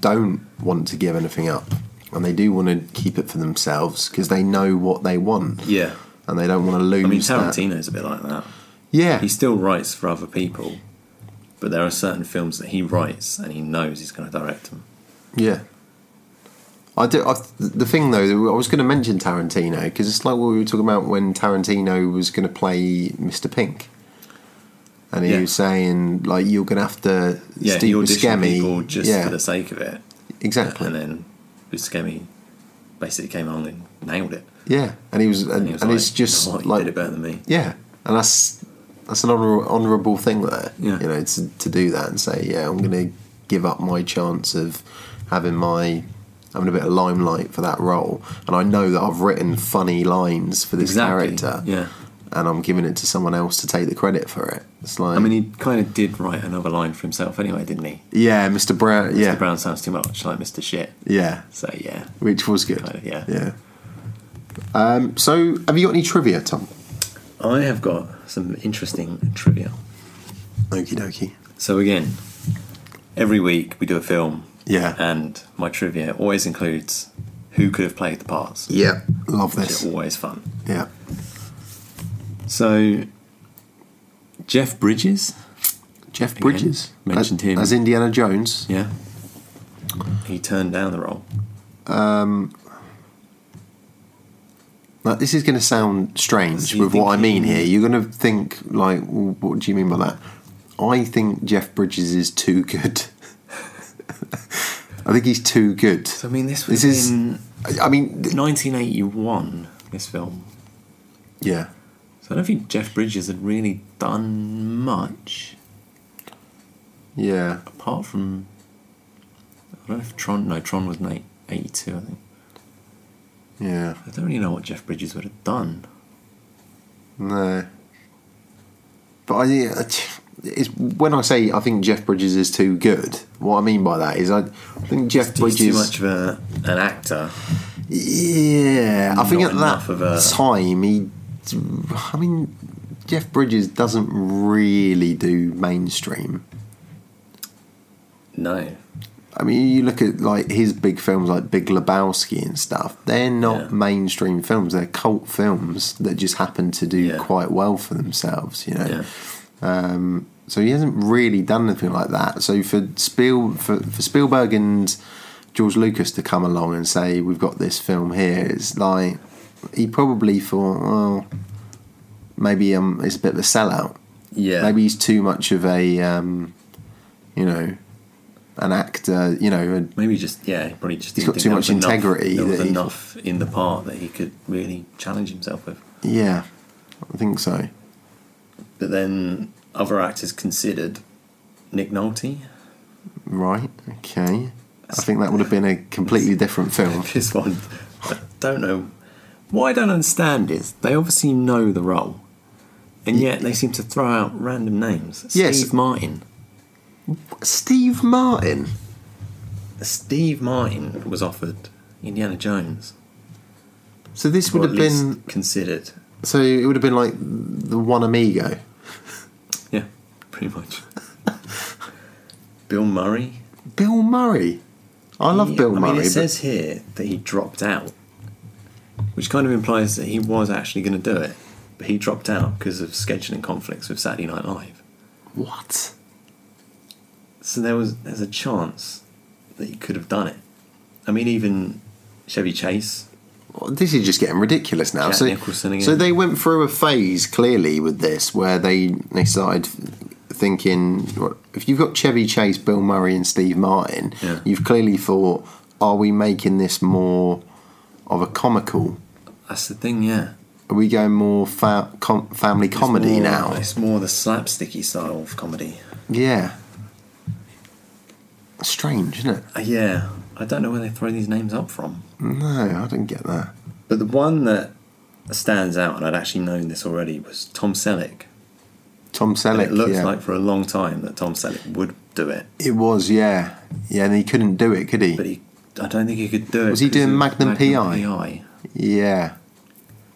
Speaker 1: don't want to give anything up, and they do want to keep it for themselves because they know what they want,
Speaker 2: Yeah,
Speaker 1: and they don't want to lose.
Speaker 2: I mean
Speaker 1: that.
Speaker 2: Tarantino's a bit like that.
Speaker 1: Yeah,
Speaker 2: He still writes for other people, but there are certain films that he writes and he knows he's going to direct them.
Speaker 1: yeah. I do. I, the thing though, that I was going to mention Tarantino because it's like what we were talking about when Tarantino was going to play Mr. Pink. And he
Speaker 2: Yeah.
Speaker 1: was saying, like, you're going to have to
Speaker 2: Yeah,
Speaker 1: Steve
Speaker 2: he auditioned
Speaker 1: Buscemi-
Speaker 2: people just
Speaker 1: yeah,
Speaker 2: for the sake of it,
Speaker 1: exactly.
Speaker 2: and then Buscemi basically came along and nailed it.
Speaker 1: Yeah, and he was, and,
Speaker 2: he was
Speaker 1: and
Speaker 2: like,
Speaker 1: it's just
Speaker 2: "You know what, you
Speaker 1: like,
Speaker 2: did it better than me.
Speaker 1: yeah, and that's that's an honour honourable thing there.
Speaker 2: Yeah.
Speaker 1: you know, to, to do that and say, yeah, I'm going to give up my chance of having my having a bit of limelight for that role, and I know that I've written funny lines for this character,
Speaker 2: Yeah,
Speaker 1: and I'm giving it to someone else to take the credit for it. It's like,
Speaker 2: I mean, he kind of did write another line for himself anyway, didn't he?
Speaker 1: yeah, Mr. Brown, yeah,
Speaker 2: Mr. Brown sounds too much like Mr. Shit.
Speaker 1: yeah,
Speaker 2: So yeah,
Speaker 1: which was good,
Speaker 2: Kind of, yeah.
Speaker 1: yeah. Um, so, have you got any trivia, Tom?
Speaker 2: I have got some interesting trivia.
Speaker 1: Okie dokie.
Speaker 2: So again, every week we do a film,
Speaker 1: Yeah.
Speaker 2: and my trivia always includes who could have played the parts.
Speaker 1: Yeah. Love
Speaker 2: It's
Speaker 1: this.
Speaker 2: always fun.
Speaker 1: Yeah.
Speaker 2: So Jeff Bridges,
Speaker 1: Jeff
Speaker 2: Again,
Speaker 1: Bridges.
Speaker 2: mentioned
Speaker 1: as,
Speaker 2: him.
Speaker 1: As Indiana Jones.
Speaker 2: yeah, he turned down the role.
Speaker 1: Like, this is going to sound strange
Speaker 2: So you
Speaker 1: with what I
Speaker 2: think
Speaker 1: mean
Speaker 2: he-
Speaker 1: here. You're going to think, like, "Well, what do you mean by that? I think Jeff Bridges is too good. (laughs) I think he's too good.
Speaker 2: So I mean, this was
Speaker 1: this is.
Speaker 2: in
Speaker 1: I- I mean, th-
Speaker 2: 1981. This film.
Speaker 1: yeah.
Speaker 2: So I don't think Jeff Bridges had really done much
Speaker 1: Yeah.
Speaker 2: apart from. I don't know if Tron. No, Tron was eight- 82, I think.
Speaker 1: Yeah.
Speaker 2: I don't really know what Jeff Bridges would have done.
Speaker 1: No. But I it's when I say I think Jeff Bridges is too good. What I mean by that is I think Jeff Bridges.
Speaker 2: He's too much of a, an actor.
Speaker 1: Yeah, I think
Speaker 2: Not
Speaker 1: at that
Speaker 2: enough of a-
Speaker 1: time he. I mean, Jeff Bridges doesn't really do mainstream.
Speaker 2: No.
Speaker 1: I mean, you look at like his big films, like Big Lebowski and stuff. They're not
Speaker 2: Yeah.
Speaker 1: mainstream films; they're cult films that just happen to do
Speaker 2: Yeah.
Speaker 1: quite well for themselves. You know,
Speaker 2: Yeah.
Speaker 1: Um, so he hasn't really done anything like that. So for Spiel for, for Spielberg and George Lucas to come along and say we've got this film here, it's like he probably thought, well, maybe um, it's a bit of a sellout.
Speaker 2: Yeah.
Speaker 1: Maybe he's too much of a, um, you know, an actor. You know, and
Speaker 2: Maybe just yeah, he probably just
Speaker 1: He's got
Speaker 2: didn't think
Speaker 1: too
Speaker 2: there
Speaker 1: much
Speaker 2: was enough-
Speaker 1: integrity
Speaker 2: there was
Speaker 1: that he-
Speaker 2: enough in the part that he could really challenge himself with.
Speaker 1: yeah, I think so.
Speaker 2: But then other actors considered Nick Nolte. (laughs)
Speaker 1: Right? Okay. I think that would have been a completely different film.
Speaker 2: This one, I don't know. What I don't understand is they obviously know the role, and yet they seem to throw out random names.
Speaker 1: Yes.
Speaker 2: Steve Martin.
Speaker 1: Steve Martin.
Speaker 2: Steve Martin was offered Indiana Jones.
Speaker 1: So this
Speaker 2: or
Speaker 1: would
Speaker 2: at
Speaker 1: have been
Speaker 2: least considered.
Speaker 1: So it would have been like the one amigo.
Speaker 2: Yeah, pretty
Speaker 1: (laughs)
Speaker 2: much. Bill Murray.
Speaker 1: Bill Murray. I love
Speaker 2: He-
Speaker 1: Bill
Speaker 2: I
Speaker 1: Murray.
Speaker 2: Mean, it
Speaker 1: but-
Speaker 2: says here that he dropped out, which kind of implies that he was actually going to do it, but he dropped out because of scheduling conflicts with Saturday Night Live.
Speaker 1: what?
Speaker 2: So there was there's a chance that he could have done it. I mean, even Chevy Chase.
Speaker 1: Well, This is just getting ridiculous now.
Speaker 2: Jack
Speaker 1: so,
Speaker 2: Nicholson again.
Speaker 1: so they went through a phase clearly with this where they they started thinking well, if you've got Chevy Chase, Bill Murray, and Steve Martin,
Speaker 2: Yeah.
Speaker 1: you've clearly thought, are we making this more of a comical?
Speaker 2: That's the thing, yeah.
Speaker 1: Are we going more fa- com- family
Speaker 2: It's
Speaker 1: comedy
Speaker 2: more-
Speaker 1: now?
Speaker 2: It's more the slapsticky style of comedy.
Speaker 1: Yeah. Strange, isn't it?
Speaker 2: Uh, yeah, I don't know where they throw these names up from.
Speaker 1: No, I didn't get that.
Speaker 2: But the one that stands out, and I'd actually known this already, was Tom Selleck.
Speaker 1: Tom
Speaker 2: And
Speaker 1: Selleck.
Speaker 2: it looked
Speaker 1: yeah.
Speaker 2: like for a long time that Tom Selleck would do it,
Speaker 1: It was, yeah, yeah, and he couldn't do it, could he?
Speaker 2: but he, I don't think he could do it.
Speaker 1: Was he
Speaker 2: 'cause
Speaker 1: doing
Speaker 2: of
Speaker 1: Magnum PI?
Speaker 2: PI?
Speaker 1: yeah,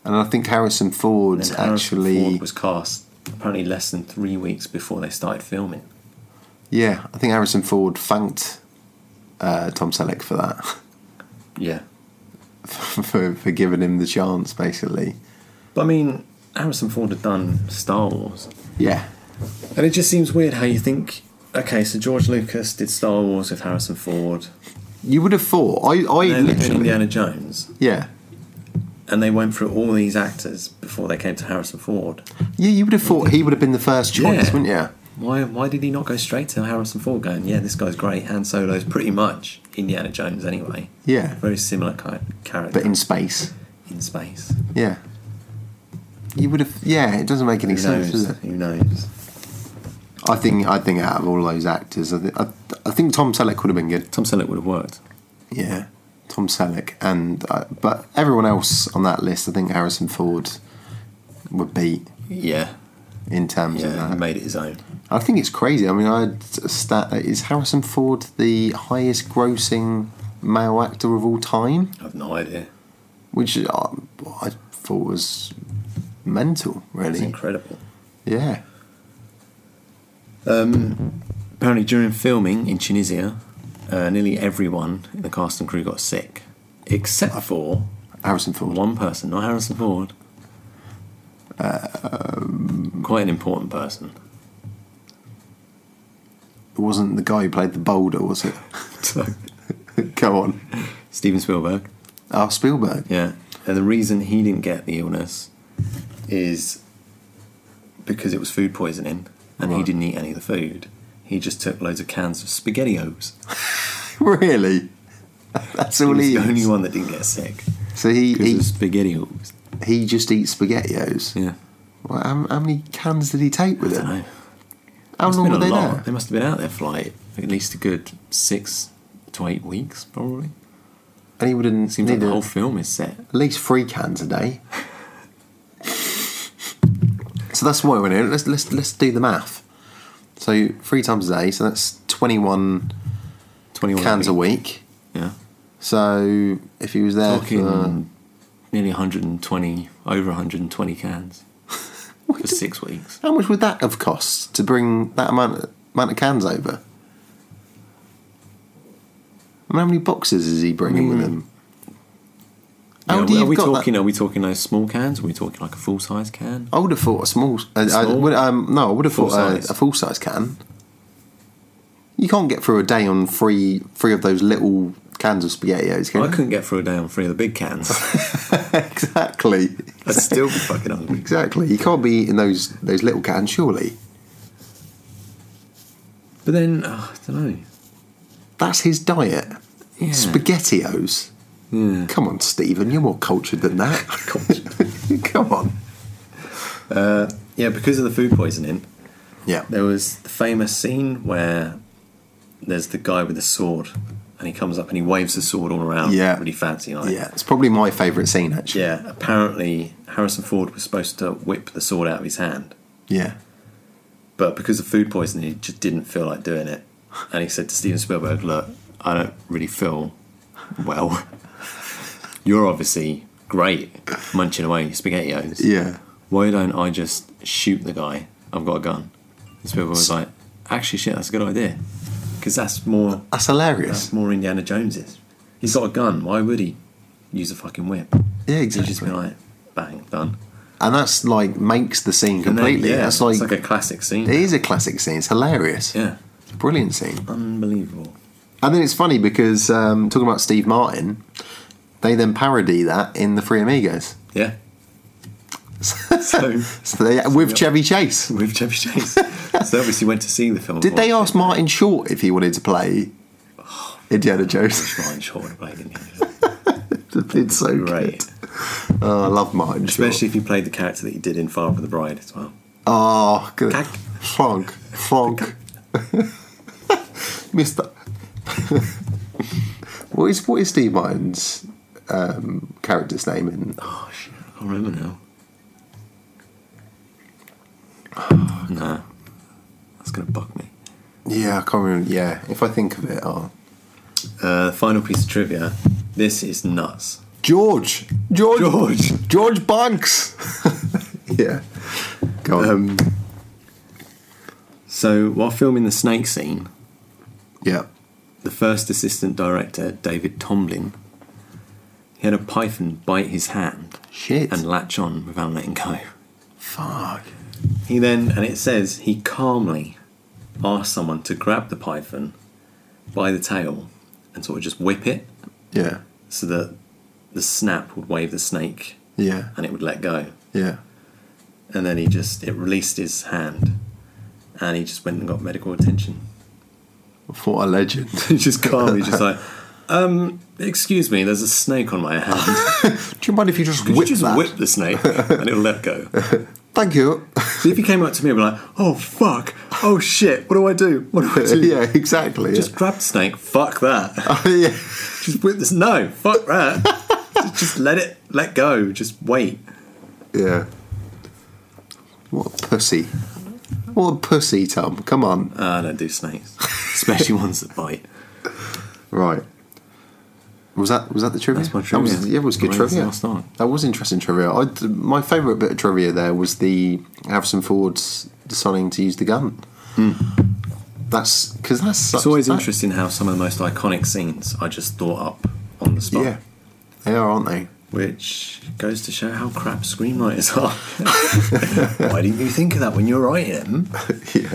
Speaker 1: and I think Harrison
Speaker 2: And
Speaker 1: Ford's
Speaker 2: then Harrison
Speaker 1: actually,
Speaker 2: Ford was cast apparently less than three weeks before they started filming.
Speaker 1: yeah, I think Harrison Ford thanked uh, Tom Selleck for that, (laughs)
Speaker 2: Yeah,
Speaker 1: for for giving him the chance, basically.
Speaker 2: but I mean, Harrison Ford had done Star Wars,
Speaker 1: Yeah,
Speaker 2: and it just seems weird how you think. Okay, so George Lucas did Star Wars with Harrison Ford.
Speaker 1: you would have thought. I, I
Speaker 2: Now they're doing
Speaker 1: literally,
Speaker 2: Indiana Jones,
Speaker 1: yeah,
Speaker 2: and they went through all these actors before they came to Harrison Ford.
Speaker 1: yeah, you would have thought he would have been the first choice,
Speaker 2: Yeah.
Speaker 1: wouldn't you?
Speaker 2: Why, why did he not go straight to Harrison Ford going, yeah, this guy's great, Han Solo's pretty much Indiana Jones anyway.
Speaker 1: Yeah,
Speaker 2: Very similar kind character
Speaker 1: but in space,
Speaker 2: in space.
Speaker 1: yeah. You would have, yeah. It doesn't make any
Speaker 2: Who
Speaker 1: sense, does
Speaker 2: knows?
Speaker 1: it?
Speaker 2: Who knows?
Speaker 1: I think, I think out of all those actors, I, th- I, I think Tom Selleck would have been good.
Speaker 2: Tom Selleck would have worked.
Speaker 1: Yeah, Tom Selleck, and uh, but everyone else on that list, I think Harrison Ford would beat
Speaker 2: Yeah,
Speaker 1: in terms
Speaker 2: yeah, he
Speaker 1: of that.
Speaker 2: made it his own.
Speaker 1: I think it's crazy. I mean, I had a stat that is Harrison Ford the highest grossing male actor of all time,
Speaker 2: I've no idea.
Speaker 1: which I, I thought was mental,
Speaker 2: It's
Speaker 1: really.
Speaker 2: incredible.
Speaker 1: Yeah.
Speaker 2: Um, Apparently, during filming in Tunisia, uh, nearly everyone in the cast and crew got sick, except for
Speaker 1: Harrison Ford.
Speaker 2: one person, not Harrison Ford.
Speaker 1: Uh,
Speaker 2: Quite an important person. (laughs)
Speaker 1: It wasn't the guy who played the boulder, was it? (laughs)
Speaker 2: So,
Speaker 1: Go on.
Speaker 2: Steven Spielberg.
Speaker 1: Oh, Spielberg.
Speaker 2: Yeah. And the reason he didn't get the illness is because it was food poisoning and he
Speaker 1: Right.
Speaker 2: didn't eat any of the food. He just took loads of cans of SpaghettiOs.
Speaker 1: (laughs) Really? That's all
Speaker 2: He's
Speaker 1: he
Speaker 2: the only
Speaker 1: eats.
Speaker 2: one that didn't get sick
Speaker 1: So he
Speaker 2: because of
Speaker 1: he,
Speaker 2: SpaghettiOs.
Speaker 1: he just eats SpaghettiOs.
Speaker 2: Yeah.
Speaker 1: Well, how, how many cans did he take with
Speaker 2: I
Speaker 1: it?
Speaker 2: don't know.
Speaker 1: How
Speaker 2: Must
Speaker 1: long were
Speaker 2: have been
Speaker 1: they
Speaker 2: a lot.
Speaker 1: there?
Speaker 2: They must have been out there for like at least a good six to eight weeks, probably.
Speaker 1: And he wouldn't
Speaker 2: Seems like
Speaker 1: need
Speaker 2: the
Speaker 1: a-
Speaker 2: whole film is set.
Speaker 1: at least three cans a day. (laughs) so that's why we're here. Let's let's let's do the math. So three times a day, so that's twenty-one
Speaker 2: 21
Speaker 1: cans a week.
Speaker 2: Yeah.
Speaker 1: So if he was there,
Speaker 2: Talking
Speaker 1: for,
Speaker 2: nearly 120, over 120 (laughs) cans for six weeks.
Speaker 1: how much would that have cost to bring that amount amount of cans over? I mean, how many boxes is he bringing with him? How
Speaker 2: Yeah,
Speaker 1: do you
Speaker 2: Hmm. are we
Speaker 1: got that-
Speaker 2: talking? Are we talking those small cans? Are we talking like a full size can?
Speaker 1: I would have thought a small. Uh, I
Speaker 2: Small?
Speaker 1: would, um, no, I would have
Speaker 2: Full
Speaker 1: thought
Speaker 2: size.
Speaker 1: a, a full size can. You can't get through a day on three three of those little cans of spaghettios, can
Speaker 2: I
Speaker 1: you?
Speaker 2: couldn't get through a day on three of the big cans.
Speaker 1: (laughs)
Speaker 2: (laughs)
Speaker 1: exactly,
Speaker 2: I'd still be fucking hungry.
Speaker 1: exactly. You can't be eating those those little cans, surely.
Speaker 2: But then oh, I don't know.
Speaker 1: That's his diet.
Speaker 2: Yeah.
Speaker 1: Spaghettios.
Speaker 2: Yeah.
Speaker 1: Come on, Stephen, you're more cultured than
Speaker 2: (laughs)
Speaker 1: that. (laughs) Come on.
Speaker 2: Yeah, because of the food poisoning,
Speaker 1: Yeah.
Speaker 2: there was the famous scene where there's the guy with the sword, and he comes up and he waves the sword all around.
Speaker 1: Yeah.
Speaker 2: really fancy like.
Speaker 1: Yeah, it's probably my favourite scene actually.
Speaker 2: Yeah, apparently Harrison Ford was supposed to whip the sword out of his hand,
Speaker 1: Yeah.
Speaker 2: but because of food poisoning, he just didn't feel like doing it. And he said to Steven Spielberg, "Look, I don't really feel well. You're obviously great munching away spaghettios.
Speaker 1: Yeah.
Speaker 2: Why don't I just shoot the guy? I've got a gun." And Spielberg was like, "Actually, shit, that's a good idea, because that's more
Speaker 1: That's hilarious.
Speaker 2: that's more Indiana Jones's. He's got a gun. Why would he use a fucking whip?
Speaker 1: yeah,
Speaker 2: He'd
Speaker 1: exactly.
Speaker 2: just be like, bang, done."
Speaker 1: and that's like makes the scene
Speaker 2: And then,
Speaker 1: completely.
Speaker 2: yeah,
Speaker 1: that's like,
Speaker 2: it's like a classic scene.
Speaker 1: it is a classic scene. It's hilarious.
Speaker 2: yeah,
Speaker 1: It's a brilliant scene.
Speaker 2: unbelievable.
Speaker 1: And then it's funny because um, talking about Steve Martin, they then parody that in the Three Amigos.
Speaker 2: (laughs) Yeah,
Speaker 1: so
Speaker 2: so
Speaker 1: they, with
Speaker 2: Yep.
Speaker 1: Chevy Chase.
Speaker 2: with Chevy Chase. so obviously went to see the film.
Speaker 1: Did they ask Martin Short if he wanted to play
Speaker 2: (sighs)
Speaker 1: Indiana Jones? (laughs)
Speaker 2: Martin Short to play, didn't (laughs) he?
Speaker 1: it's so
Speaker 2: Great,
Speaker 1: great. Oh, I love Martin Short.
Speaker 2: especially if he played the character that he did in Far from the Bride as well.
Speaker 1: Oh, good.
Speaker 2: Cack.
Speaker 1: Flonk. Flonk. (laughs) Mister. what is what is Steve Martin's um, character's name in?
Speaker 2: Oh shit, I can't remember now. (sighs) nah, that's gonna bug me.
Speaker 1: Yeah, I can't remember. Yeah, if I think of it, oh.
Speaker 2: Uh, final piece of trivia. This is nuts.
Speaker 1: George. George.
Speaker 2: George.
Speaker 1: George Banks. (laughs) yeah. Go on.
Speaker 2: Um, so while filming the snake scene,
Speaker 1: yeah.
Speaker 2: the first assistant director, David Tomlin, he had a python bite his hand
Speaker 1: Shit.
Speaker 2: and latch on without letting go.
Speaker 1: Fuck.
Speaker 2: He then, and it says, he calmly asked someone to grab the python by the tail and sort of just whip it
Speaker 1: Yeah.
Speaker 2: so that the snap would wave the snake
Speaker 1: Yeah.
Speaker 2: and it would let go.
Speaker 1: Yeah.
Speaker 2: And then he just, it released his hand and he just went and got medical attention. (laughs)
Speaker 1: What a legend.
Speaker 2: just calmly, just like, um, excuse me, there's a snake on my hand.
Speaker 1: (laughs) Do you mind if you just
Speaker 2: Could
Speaker 1: whip
Speaker 2: you just
Speaker 1: that?
Speaker 2: whip the snake and it'll let go?
Speaker 1: Thank you.
Speaker 2: So if he came up to me and be like, oh fuck, oh shit, what do I do? What do I
Speaker 1: (laughs)
Speaker 2: do?
Speaker 1: yeah, exactly.
Speaker 2: Just grab the snake, fuck that. (laughs)
Speaker 1: yeah. (laughs) yeah.
Speaker 2: Just whip this, no, fuck
Speaker 1: (laughs)
Speaker 2: that. Just- just let it, let go, just wait.
Speaker 1: Yeah. What a pussy. What a pussy, Tom. Come on.
Speaker 2: Ah, I don't do snakes, especially ones that bite.
Speaker 1: Right. Was that was that the trivia?
Speaker 2: That's my
Speaker 1: That was,
Speaker 2: trivia.
Speaker 1: yeah, it was good
Speaker 2: Amazing
Speaker 1: trivia.
Speaker 2: last night.
Speaker 1: That was interesting trivia. I, my favourite bit of trivia there was the Harrison Ford's deciding to use the gun. That's because that's such,
Speaker 2: Hmm. It's always
Speaker 1: that-
Speaker 2: interesting how some of the most iconic scenes are just thought up on the spot.
Speaker 1: Yeah, they are, aren't they?
Speaker 2: Which goes to show how crap screenwriters
Speaker 1: (laughs)
Speaker 2: are. Why didn't you think of that when you were writing it? hmm?
Speaker 1: yeah.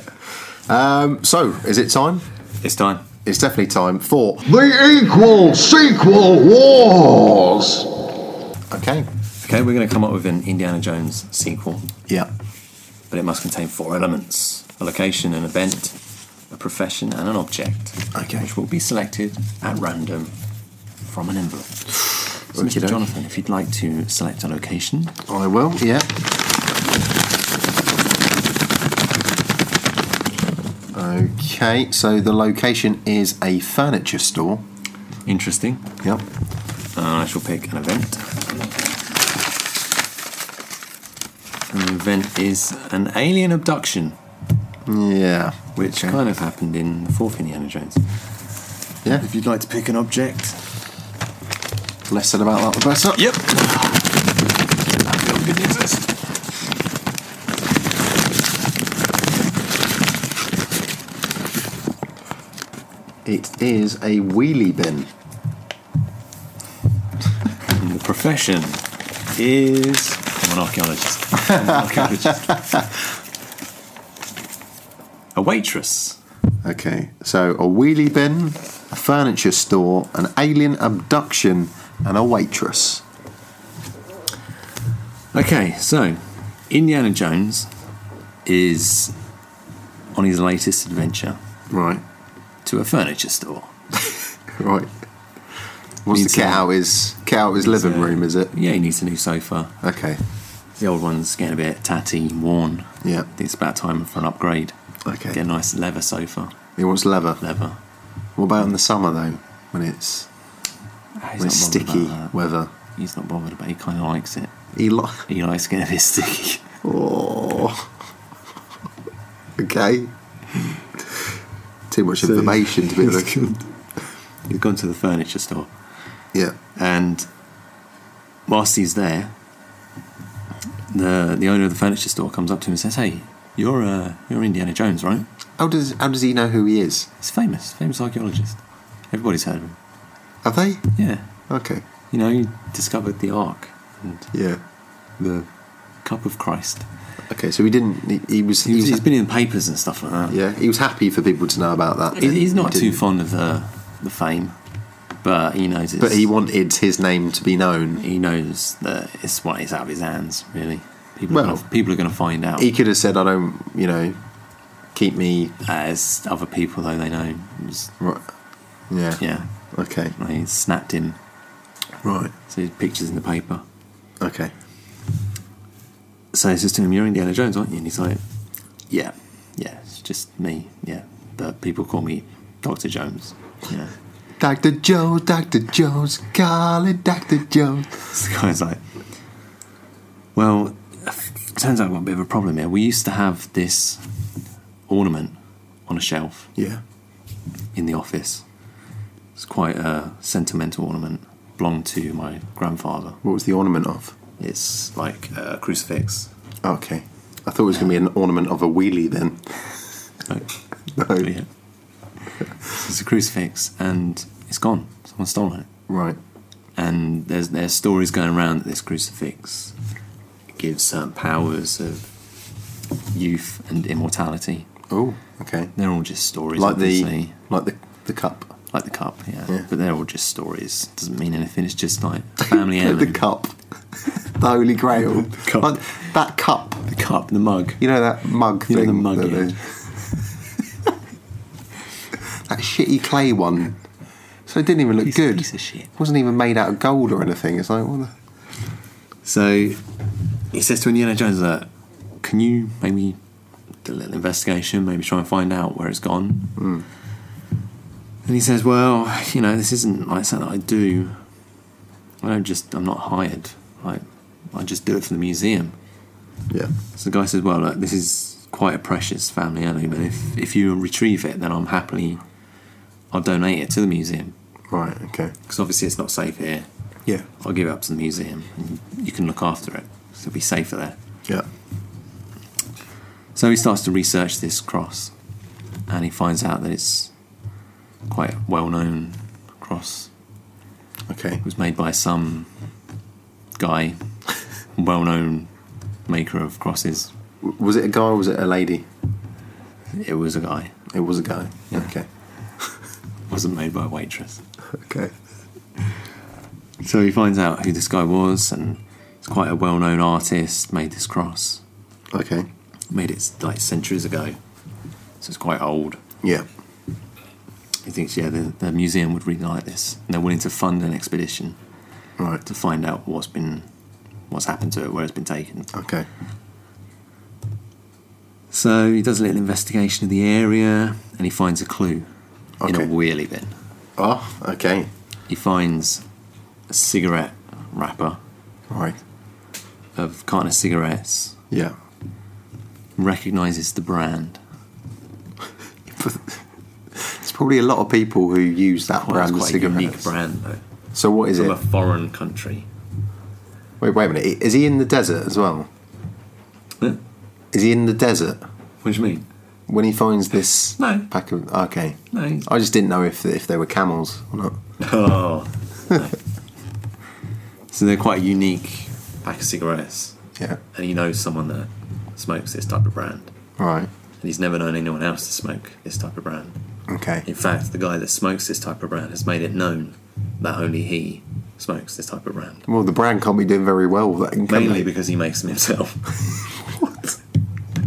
Speaker 1: Um, so, is it time?
Speaker 2: It's time.
Speaker 1: It's definitely time for.
Speaker 3: The Equal Sequel Wars!
Speaker 1: Okay.
Speaker 2: Okay, we're going to come up with an Indiana Jones sequel,
Speaker 1: Yeah.
Speaker 2: but it must contain four elements a location, an event, a profession, and an object.
Speaker 1: Okay.
Speaker 2: Which will be selected at random from an envelope. So,
Speaker 1: Okey
Speaker 2: Mr.
Speaker 1: doke.
Speaker 2: Jonathan, if you'd like to select a location,
Speaker 1: I will. Yeah. Okay, so the location is a furniture store.
Speaker 2: interesting.
Speaker 1: Yep.
Speaker 2: Uh, I shall pick an event. And the event is an alien abduction,
Speaker 1: Yeah.
Speaker 2: which
Speaker 1: Okay.
Speaker 2: kind of happened in the fourth Indiana Jones.
Speaker 1: Yeah.
Speaker 2: If you'd like to pick an object,
Speaker 1: Less said about that, the better.
Speaker 2: Yep. Good news is-
Speaker 1: It is a wheelie bin.
Speaker 2: And the profession is. I'm an archaeologist.
Speaker 1: (laughs)
Speaker 2: I'm an archaeologist. A waitress.
Speaker 1: Okay, so a wheelie bin, a furniture store, an alien abduction, and a waitress.
Speaker 2: Okay, so Indiana Jones is on his latest adventure
Speaker 1: Right,
Speaker 2: to a furniture store.
Speaker 1: right. What's
Speaker 2: Means,
Speaker 1: the cat
Speaker 2: uh,
Speaker 1: out his cat out his living
Speaker 2: uh,
Speaker 1: room? Is it?
Speaker 2: Yeah, he needs a new sofa.
Speaker 1: Okay.
Speaker 2: The old one's getting a bit tatty, worn.
Speaker 1: Yeah.
Speaker 2: It's about time for an upgrade.
Speaker 1: Okay.
Speaker 2: Get a nice leather sofa.
Speaker 1: He wants leather.
Speaker 2: Leather.
Speaker 1: What about in the summer though, when it's
Speaker 2: He's
Speaker 1: when it's
Speaker 2: not bothered
Speaker 1: sticky
Speaker 2: about that.
Speaker 1: weather?
Speaker 2: He's not bothered about. He kind of likes it.
Speaker 1: He li-
Speaker 2: He likes getting a bit sticky.
Speaker 1: Oh. okay. Too much information to be looking.
Speaker 2: (laughs) He's gone to the furniture store,
Speaker 1: (laughs) Yeah.
Speaker 2: and whilst he's there, the the owner of the furniture store comes up to him and says, "Hey, you're uh, you're Indiana Jones, right?
Speaker 1: How does how does he know who he is?
Speaker 2: He's famous, famous archaeologist. Everybody's heard of him.
Speaker 1: Have they?
Speaker 2: Yeah,
Speaker 1: Okay.
Speaker 2: you know, he discovered the Ark and
Speaker 1: Yeah.
Speaker 2: the Cup of Christ.
Speaker 1: Okay, so he didn't. He, he was. He
Speaker 2: He's,
Speaker 1: was
Speaker 2: he's been in papers and stuff like that.
Speaker 1: yeah, he was happy for people to know about that.
Speaker 2: He- he's not
Speaker 1: He
Speaker 2: too
Speaker 1: didn't-
Speaker 2: fond of the the fame, but he knows. It's,
Speaker 1: But he wanted his name to be known.
Speaker 2: he knows that it's what is out of his hands, really. People,
Speaker 1: Well-
Speaker 2: are, gonna, people are going to find out.
Speaker 1: He could have said, "I don't," you know, keep me.
Speaker 2: As Uh, other people, though, they know. It was-
Speaker 1: Right. Yeah.
Speaker 2: yeah,
Speaker 1: Okay.
Speaker 2: like, he snapped him.
Speaker 1: Right.
Speaker 2: So his pictures in the paper.
Speaker 1: Okay.
Speaker 2: So he says to him, "You're Indiana Jones, aren't you?" And he's like, "Yeah, yeah, it's just me. Yeah, but people call me Doctor Jones." Yeah. (laughs)
Speaker 1: Doctor Jones, Doctor Jones, calling Doctor Jones.
Speaker 2: So the guy's like, "Well, turns out I've got a bit of a problem here. We used to have this ornament on a shelf."
Speaker 1: Yeah.
Speaker 2: in the office. It's quite a sentimental ornament. Belonged to my grandfather.
Speaker 1: What was the ornament of?
Speaker 2: It's like a crucifix.
Speaker 1: Okay. I thought it was going to be an ornament of a wheelie then. (laughs)
Speaker 2: Like,
Speaker 1: No. (laughs)
Speaker 2: yeah. It's a crucifix, and it's gone. Someone's stolen it.
Speaker 1: Right.
Speaker 2: And there's there's stories going around that this crucifix gives certain powers of youth and immortality.
Speaker 1: Oh. Okay.
Speaker 2: They're all just stories,
Speaker 1: Like the
Speaker 2: obviously.
Speaker 1: like the the cup.
Speaker 2: like the cup, yeah.
Speaker 1: Yeah.
Speaker 2: But they're all just stories. Doesn't mean anything. It's just
Speaker 1: (laughs)
Speaker 2: like family
Speaker 1: Like
Speaker 2: heirloom.
Speaker 1: the cup. (laughs) the Holy
Speaker 2: (laughs)
Speaker 1: Grail.
Speaker 2: cup.
Speaker 1: Like, that cup.
Speaker 2: the cup, the mug.
Speaker 1: You know that mug
Speaker 2: You know
Speaker 1: thing.
Speaker 2: the mug,
Speaker 1: that,
Speaker 2: yeah.
Speaker 1: (laughs) that shitty clay one. So it didn't even look
Speaker 2: Piece-
Speaker 1: good.
Speaker 2: piece of shit.
Speaker 1: It wasn't even made out of gold or anything. It's like, what the...
Speaker 2: So he says to Indiana Jones that, can you maybe do a little investigation, maybe try and find out where it's gone? And he says, well, you know, this isn't like something that I do. I don't just, I'm not hired. Like, I just do it for the museum.
Speaker 1: yeah,
Speaker 2: So the guy says, well, look, this is quite a precious family heirloom, and if, if you retrieve it, then I'm happily, I'll donate it to the museum.
Speaker 1: Right. Okay.
Speaker 2: because obviously it's not safe here.
Speaker 1: Yeah.
Speaker 2: I'll give it up to the museum, and you can look after it. So it'll be safer there.
Speaker 1: Yeah.
Speaker 2: So he starts to research this cross, and he finds out that it's quite a well-known cross.
Speaker 1: Okay.
Speaker 2: It was made by some guy, (laughs) well-known maker of crosses.
Speaker 1: W- Was it a guy or was it a lady?
Speaker 2: It was a guy.
Speaker 1: It was a guy. Okay.
Speaker 2: It wasn't made by a waitress.
Speaker 1: Okay.
Speaker 2: So he finds out who this guy was, and he's quite a well-known artist. Made this cross.
Speaker 1: Okay.
Speaker 2: Made it like centuries ago, so it's quite old.
Speaker 1: Yeah.
Speaker 2: He thinks, yeah, the, the museum would really like this. And they're willing to fund an expedition
Speaker 1: Right.
Speaker 2: to find out what's been, what's happened to it, where it's been taken.
Speaker 1: Okay.
Speaker 2: So he does a little investigation of the area, and he finds a clue in a
Speaker 1: Okay.
Speaker 2: wheelie bin.
Speaker 1: Oh. Okay.
Speaker 2: He finds a cigarette wrapper
Speaker 1: Right.
Speaker 2: of carton of cigarettes,
Speaker 1: Yeah. (laughs)
Speaker 2: recognizes the brand.
Speaker 1: It's probably a lot of people who use that
Speaker 2: Well,
Speaker 1: brand
Speaker 2: it's
Speaker 1: of
Speaker 2: Oh, quite a unique
Speaker 1: cigarettes.
Speaker 2: brand though.
Speaker 1: So what is
Speaker 2: From
Speaker 1: it?
Speaker 2: a foreign country.
Speaker 1: Wait. Wait a minute. Is he in the desert as well?
Speaker 2: Yeah.
Speaker 1: Is he in the desert
Speaker 2: What do you mean?
Speaker 1: when he finds this
Speaker 2: No.
Speaker 1: pack of? Okay.
Speaker 2: No. he's-
Speaker 1: I just didn't know if if they were camels or not.
Speaker 2: Oh. no. (laughs) so they're quite a unique pack of cigarettes.
Speaker 1: Yeah.
Speaker 2: and he knows someone that smokes this type of brand,
Speaker 1: Right.
Speaker 2: and he's never known anyone else to smoke this type of brand.
Speaker 1: Okay.
Speaker 2: In fact, the guy that smokes this type of brand has made it known that only he smokes this type of brand,
Speaker 1: Well, the brand can't be doing very well. That can
Speaker 2: mainly
Speaker 1: they?
Speaker 2: because he makes them himself. (laughs)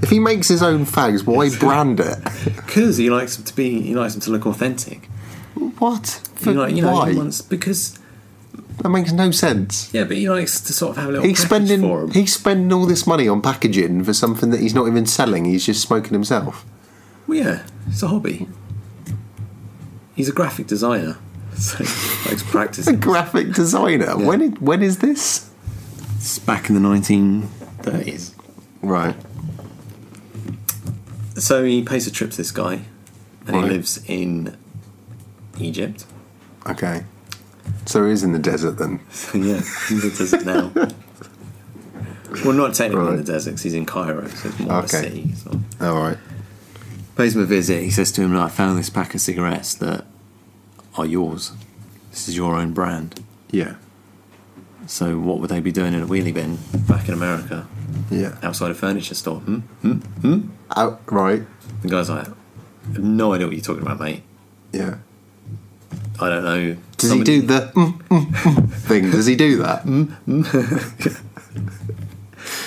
Speaker 1: if he makes his own fags, why brand
Speaker 2: (laughs)
Speaker 1: it?
Speaker 2: Because he likes them to be, he likes them to look authentic.
Speaker 1: What?
Speaker 2: He
Speaker 1: For-
Speaker 2: like, you know,
Speaker 1: why?
Speaker 2: he wants because
Speaker 1: that makes no sense.
Speaker 2: yeah, but he likes to sort of have a little
Speaker 1: He's
Speaker 2: package for
Speaker 1: spending
Speaker 2: him.
Speaker 1: he's spending all this money on packaging for something that he's not even selling. He's just smoking himself.
Speaker 2: Well, yeah, it's a hobby. He's a graphic designer, (laughs) so he likes
Speaker 1: A (laughs)
Speaker 2: practicing.
Speaker 1: graphic designer. When it, when is this?
Speaker 2: It's back in the nineteen thirties.
Speaker 1: Right.
Speaker 2: So he pays a trip to this guy, and
Speaker 1: Right.
Speaker 2: he lives in Egypt.
Speaker 1: Okay. So he is in the desert then.
Speaker 2: (laughs) yeah, he's in the desert now. well, not technically
Speaker 1: Right.
Speaker 2: in the desert, 'cause he's in Cairo, so it's more of a
Speaker 1: Okay.
Speaker 2: city. So.
Speaker 1: All right.
Speaker 2: Pays him a visit. He says to him, "I found this pack of cigarettes that are yours. This is your own brand.
Speaker 1: Yeah.
Speaker 2: So what would they be doing in a wheelie bin back in America,
Speaker 1: Yeah.
Speaker 2: outside a furniture store?" Hmm?
Speaker 1: Out, right.
Speaker 2: The guy's like, "I have "No idea what you're talking about, mate.
Speaker 1: Yeah.
Speaker 2: I don't know."
Speaker 1: Does he
Speaker 2: Somebody- Mm.
Speaker 1: do the mm, mm, mm thing? Does he do that?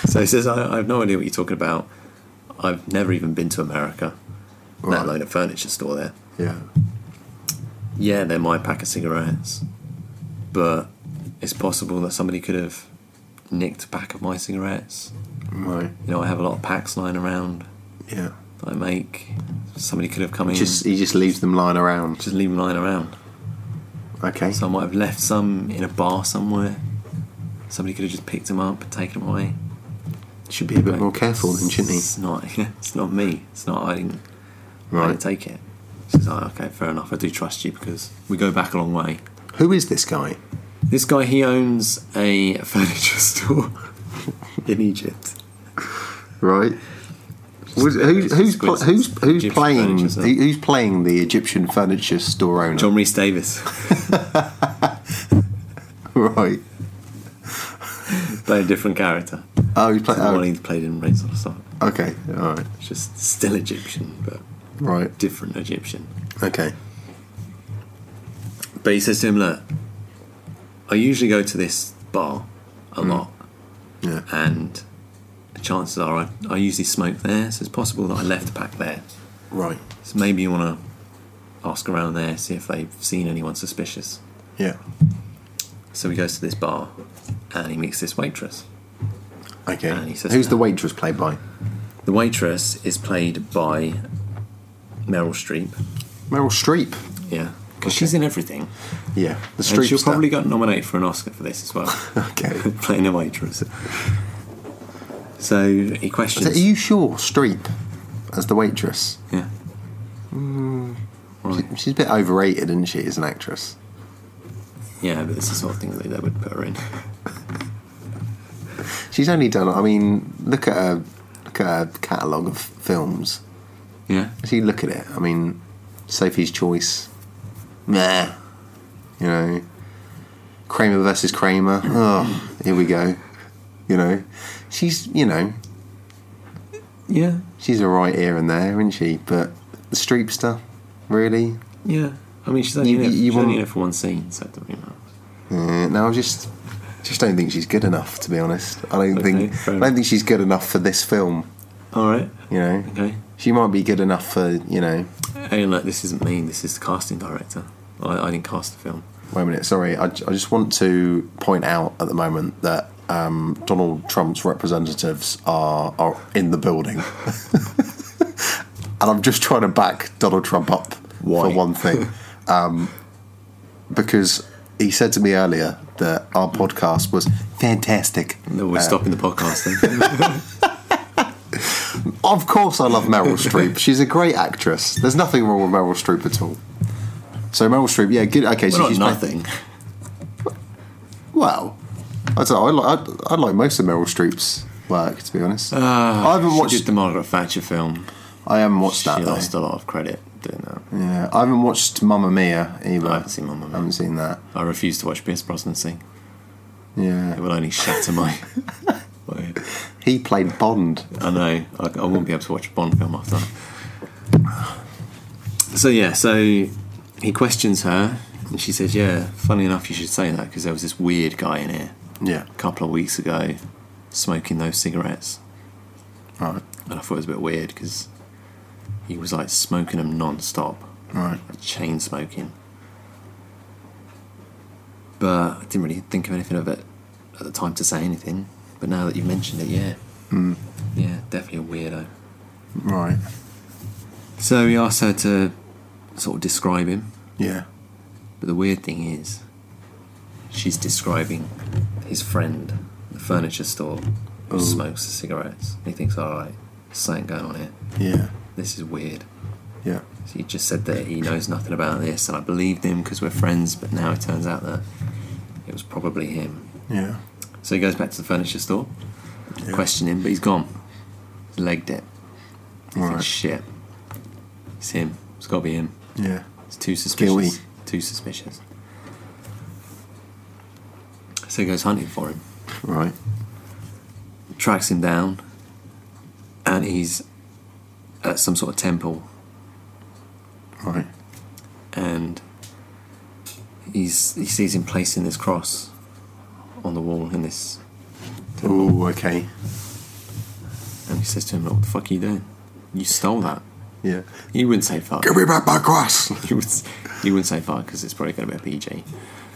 Speaker 2: So he says, I, I have no idea what you're talking about. I've never even been to America, let
Speaker 1: Right.
Speaker 2: alone a furniture store there.
Speaker 1: Yeah.
Speaker 2: Yeah, they're my pack of cigarettes. But it's possible that somebody could have nicked a pack of my cigarettes.
Speaker 1: Right.
Speaker 2: You know, I have a lot of packs lying around
Speaker 1: Yeah.
Speaker 2: that I make. Somebody could have come in.
Speaker 1: Just he just leaves them lying around.
Speaker 2: Just leave them lying around.
Speaker 1: Okay.
Speaker 2: So I might have left some in a bar somewhere. Somebody could have just picked them up and taken them away.
Speaker 1: Should be a bit more careful then, shouldn't he?
Speaker 2: It's not. (laughs) It's not me. It's not. I didn't. I
Speaker 1: Right.
Speaker 2: didn't take it. She's like, okay, fair enough. I do trust you because we go back a long way.
Speaker 1: Who is this guy?
Speaker 2: This guy, he owns a (laughs) furniture store (laughs) in Egypt.
Speaker 1: Right. Was, who, who's pl-
Speaker 2: Squints.
Speaker 1: who's who's
Speaker 2: Egyptian
Speaker 1: playing
Speaker 2: furniture
Speaker 1: who,
Speaker 2: store.
Speaker 1: who's playing the Egyptian furniture store owner?
Speaker 2: John Reese Davis
Speaker 1: (laughs) Right.
Speaker 2: (laughs) played a different character.
Speaker 1: Oh, he's
Speaker 2: It's the one
Speaker 1: playing.
Speaker 2: he's played in Raised on Star.
Speaker 1: Oh, okay. All right.
Speaker 2: It's just still Egyptian, but
Speaker 1: Right.
Speaker 2: different Egyptian.
Speaker 1: Okay.
Speaker 2: But he says to him, look, I usually go to this bar a lot.
Speaker 1: Mm. Yeah.
Speaker 2: and the chances are I, I usually smoke there, so it's possible that I left a pack there.
Speaker 1: Right.
Speaker 2: So maybe you want to ask around there, see if they've seen anyone suspicious.
Speaker 1: Yeah.
Speaker 2: So he goes to this bar and he meets this waitress.
Speaker 1: Okay.
Speaker 2: And he says
Speaker 1: Who's
Speaker 2: no.
Speaker 1: the waitress played by?
Speaker 2: The waitress is played by Meryl Streep.
Speaker 1: Meryl Streep.
Speaker 2: Yeah. Because she's in everything.
Speaker 1: Yeah. The
Speaker 2: And
Speaker 1: Streep.
Speaker 2: she'll probably got nominated for an Oscar for this as well,
Speaker 1: (laughs) Okay.
Speaker 2: (laughs) playing a waitress. So he questions.
Speaker 1: Are you sure Streep as the waitress?
Speaker 2: Yeah. right.
Speaker 1: She's a bit overrated, isn't she, as an actress?
Speaker 2: Yeah, but it's the sort of thing that they would put her in.
Speaker 1: She's only done. I mean, look at her, look at her catalogue of films.
Speaker 2: Yeah.
Speaker 1: If you look at it, I mean, Sophie's Choice, meh. You know, Kramer versus Kramer. Oh, here we go. You know, she's you know
Speaker 2: Yeah.
Speaker 1: she's alright here and there, isn't she? But the Streepster, really?
Speaker 2: Yeah. I mean, she's only,
Speaker 1: You-
Speaker 2: in, it,
Speaker 1: you- you
Speaker 2: she's only
Speaker 1: want-
Speaker 2: in it for one scene, so it doesn't really matter.
Speaker 1: Eh, no, I just just don't think she's good enough. To be honest, I don't
Speaker 2: Okay,
Speaker 1: think
Speaker 2: fair
Speaker 1: I
Speaker 2: enough.
Speaker 1: don't think she's good enough for this film.
Speaker 2: All right.
Speaker 1: You know,
Speaker 2: Okay.
Speaker 1: she might be good enough for you know.
Speaker 2: And like, this isn't me. This is the casting director. I, I didn't cast the film.
Speaker 1: Wait a minute, sorry. I, I just want to point out at the moment that um, Donald Trump's representatives are, are in the building. (laughs) and I'm just trying to back Donald Trump up
Speaker 2: Why?
Speaker 1: for one
Speaker 2: (laughs)
Speaker 1: thing. um, because he said to me earlier that our podcast was fantastic. Uh,
Speaker 2: No, we're stopping the podcast
Speaker 1: (laughs)
Speaker 2: then.
Speaker 1: Of course, I love Meryl Streep. She's a great actress. There's nothing wrong with Meryl Streep at all. So, Meryl Streep, yeah, good. Okay,
Speaker 2: We're
Speaker 1: so
Speaker 2: not
Speaker 1: she's playing-
Speaker 2: nothing.
Speaker 1: Well, I don't know. I like I, I like most of Meryl Streep's work, to be honest. I
Speaker 2: I
Speaker 1: haven't watched.
Speaker 2: Ah, the Margaret Thatcher film.
Speaker 1: I haven't watched that
Speaker 2: she
Speaker 1: though.
Speaker 2: lost a lot of credit doing that.
Speaker 1: Yeah, I haven't watched Mamma Mia either.
Speaker 2: I haven't seen Mamma Mia.
Speaker 1: I haven't seen that.
Speaker 2: I refuse to watch Pierce Brosnan sing. It
Speaker 1: Yeah,
Speaker 2: will only
Speaker 1: (laughs)
Speaker 2: shatter my. my-
Speaker 1: he played Bond.
Speaker 2: I know. I, I won't be able to watch a Bond film after that. So yeah, so he questions her, and she says, "Yeah, funny enough, you should say that because there was this weird guy in here
Speaker 1: Yeah,
Speaker 2: a couple of weeks ago, smoking those cigarettes,
Speaker 1: right,
Speaker 2: and I thought it was a bit weird because he was like smoking them non-stop,
Speaker 1: right.
Speaker 2: chain smoking." But I didn't really think of anything of it at the time to say anything. But now that you've mentioned it, yeah, yeah, definitely a weirdo.
Speaker 1: Right.
Speaker 2: So he asked her to sort of describe him,
Speaker 1: Yeah.
Speaker 2: but the weird thing is, she's describing his friend, the furniture store, who
Speaker 1: Oh.
Speaker 2: smokes the cigarettes. And he thinks, all right, something going on here.
Speaker 1: Yeah.
Speaker 2: This is weird.
Speaker 1: Yeah.
Speaker 2: So he just said that he knows nothing about this, and I believed him because we're friends, but now it turns out that it was probably him.
Speaker 1: Yeah.
Speaker 2: So he goes back to the furniture store,
Speaker 1: Yeah.
Speaker 2: question him, but he's gone. He's legged it. He thinks,
Speaker 1: Right.
Speaker 2: Shit. It's him. It's got to be him.
Speaker 1: Yeah.
Speaker 2: It's too suspicious.
Speaker 1: Guilty.
Speaker 2: Too suspicious. So he goes hunting for him,
Speaker 1: Right.
Speaker 2: tracks him down, and he's at some sort of temple,
Speaker 1: Right.
Speaker 2: and he's he sees him placing this cross on the wall in this,
Speaker 1: Oh, okay.
Speaker 2: and he says to him, "Look, what the fuck are you doing? You stole that."
Speaker 1: Yeah.
Speaker 2: You wouldn't say fuck. (laughs)
Speaker 1: Give me back my grass.
Speaker 2: You would, you wouldn't say fuck because it's probably going to be a PG.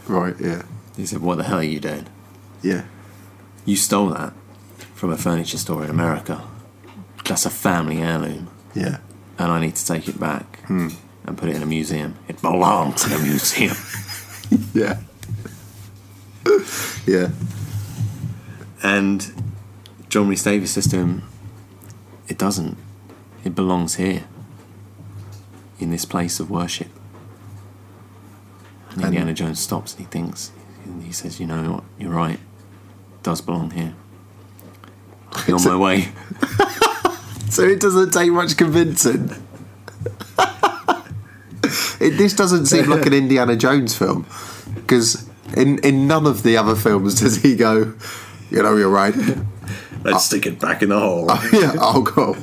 Speaker 1: right. Yeah.
Speaker 2: He said, "What the hell are you doing?
Speaker 1: Yeah.
Speaker 2: You stole that from a furniture store in America. That's a family heirloom,
Speaker 1: Yeah.
Speaker 2: and I need to take it back and put it in a museum. It belongs in a (laughs) museum.
Speaker 1: Yeah. yeah.
Speaker 2: and John Rhys Davies says to him, It doesn't. It belongs here, in this place of worship. And Indiana Jones stops and he thinks, and he says, You know what? You're right. It does belong here. I'll be on my way.
Speaker 1: So it doesn't take much convincing. it, this doesn't seem
Speaker 2: (laughs)
Speaker 1: like an Indiana Jones film because in in none of the other films does he go, you know, you're right.
Speaker 2: (laughs)
Speaker 1: (laughs)
Speaker 2: Let's stick it back in the hole.
Speaker 1: yeah, I'll go.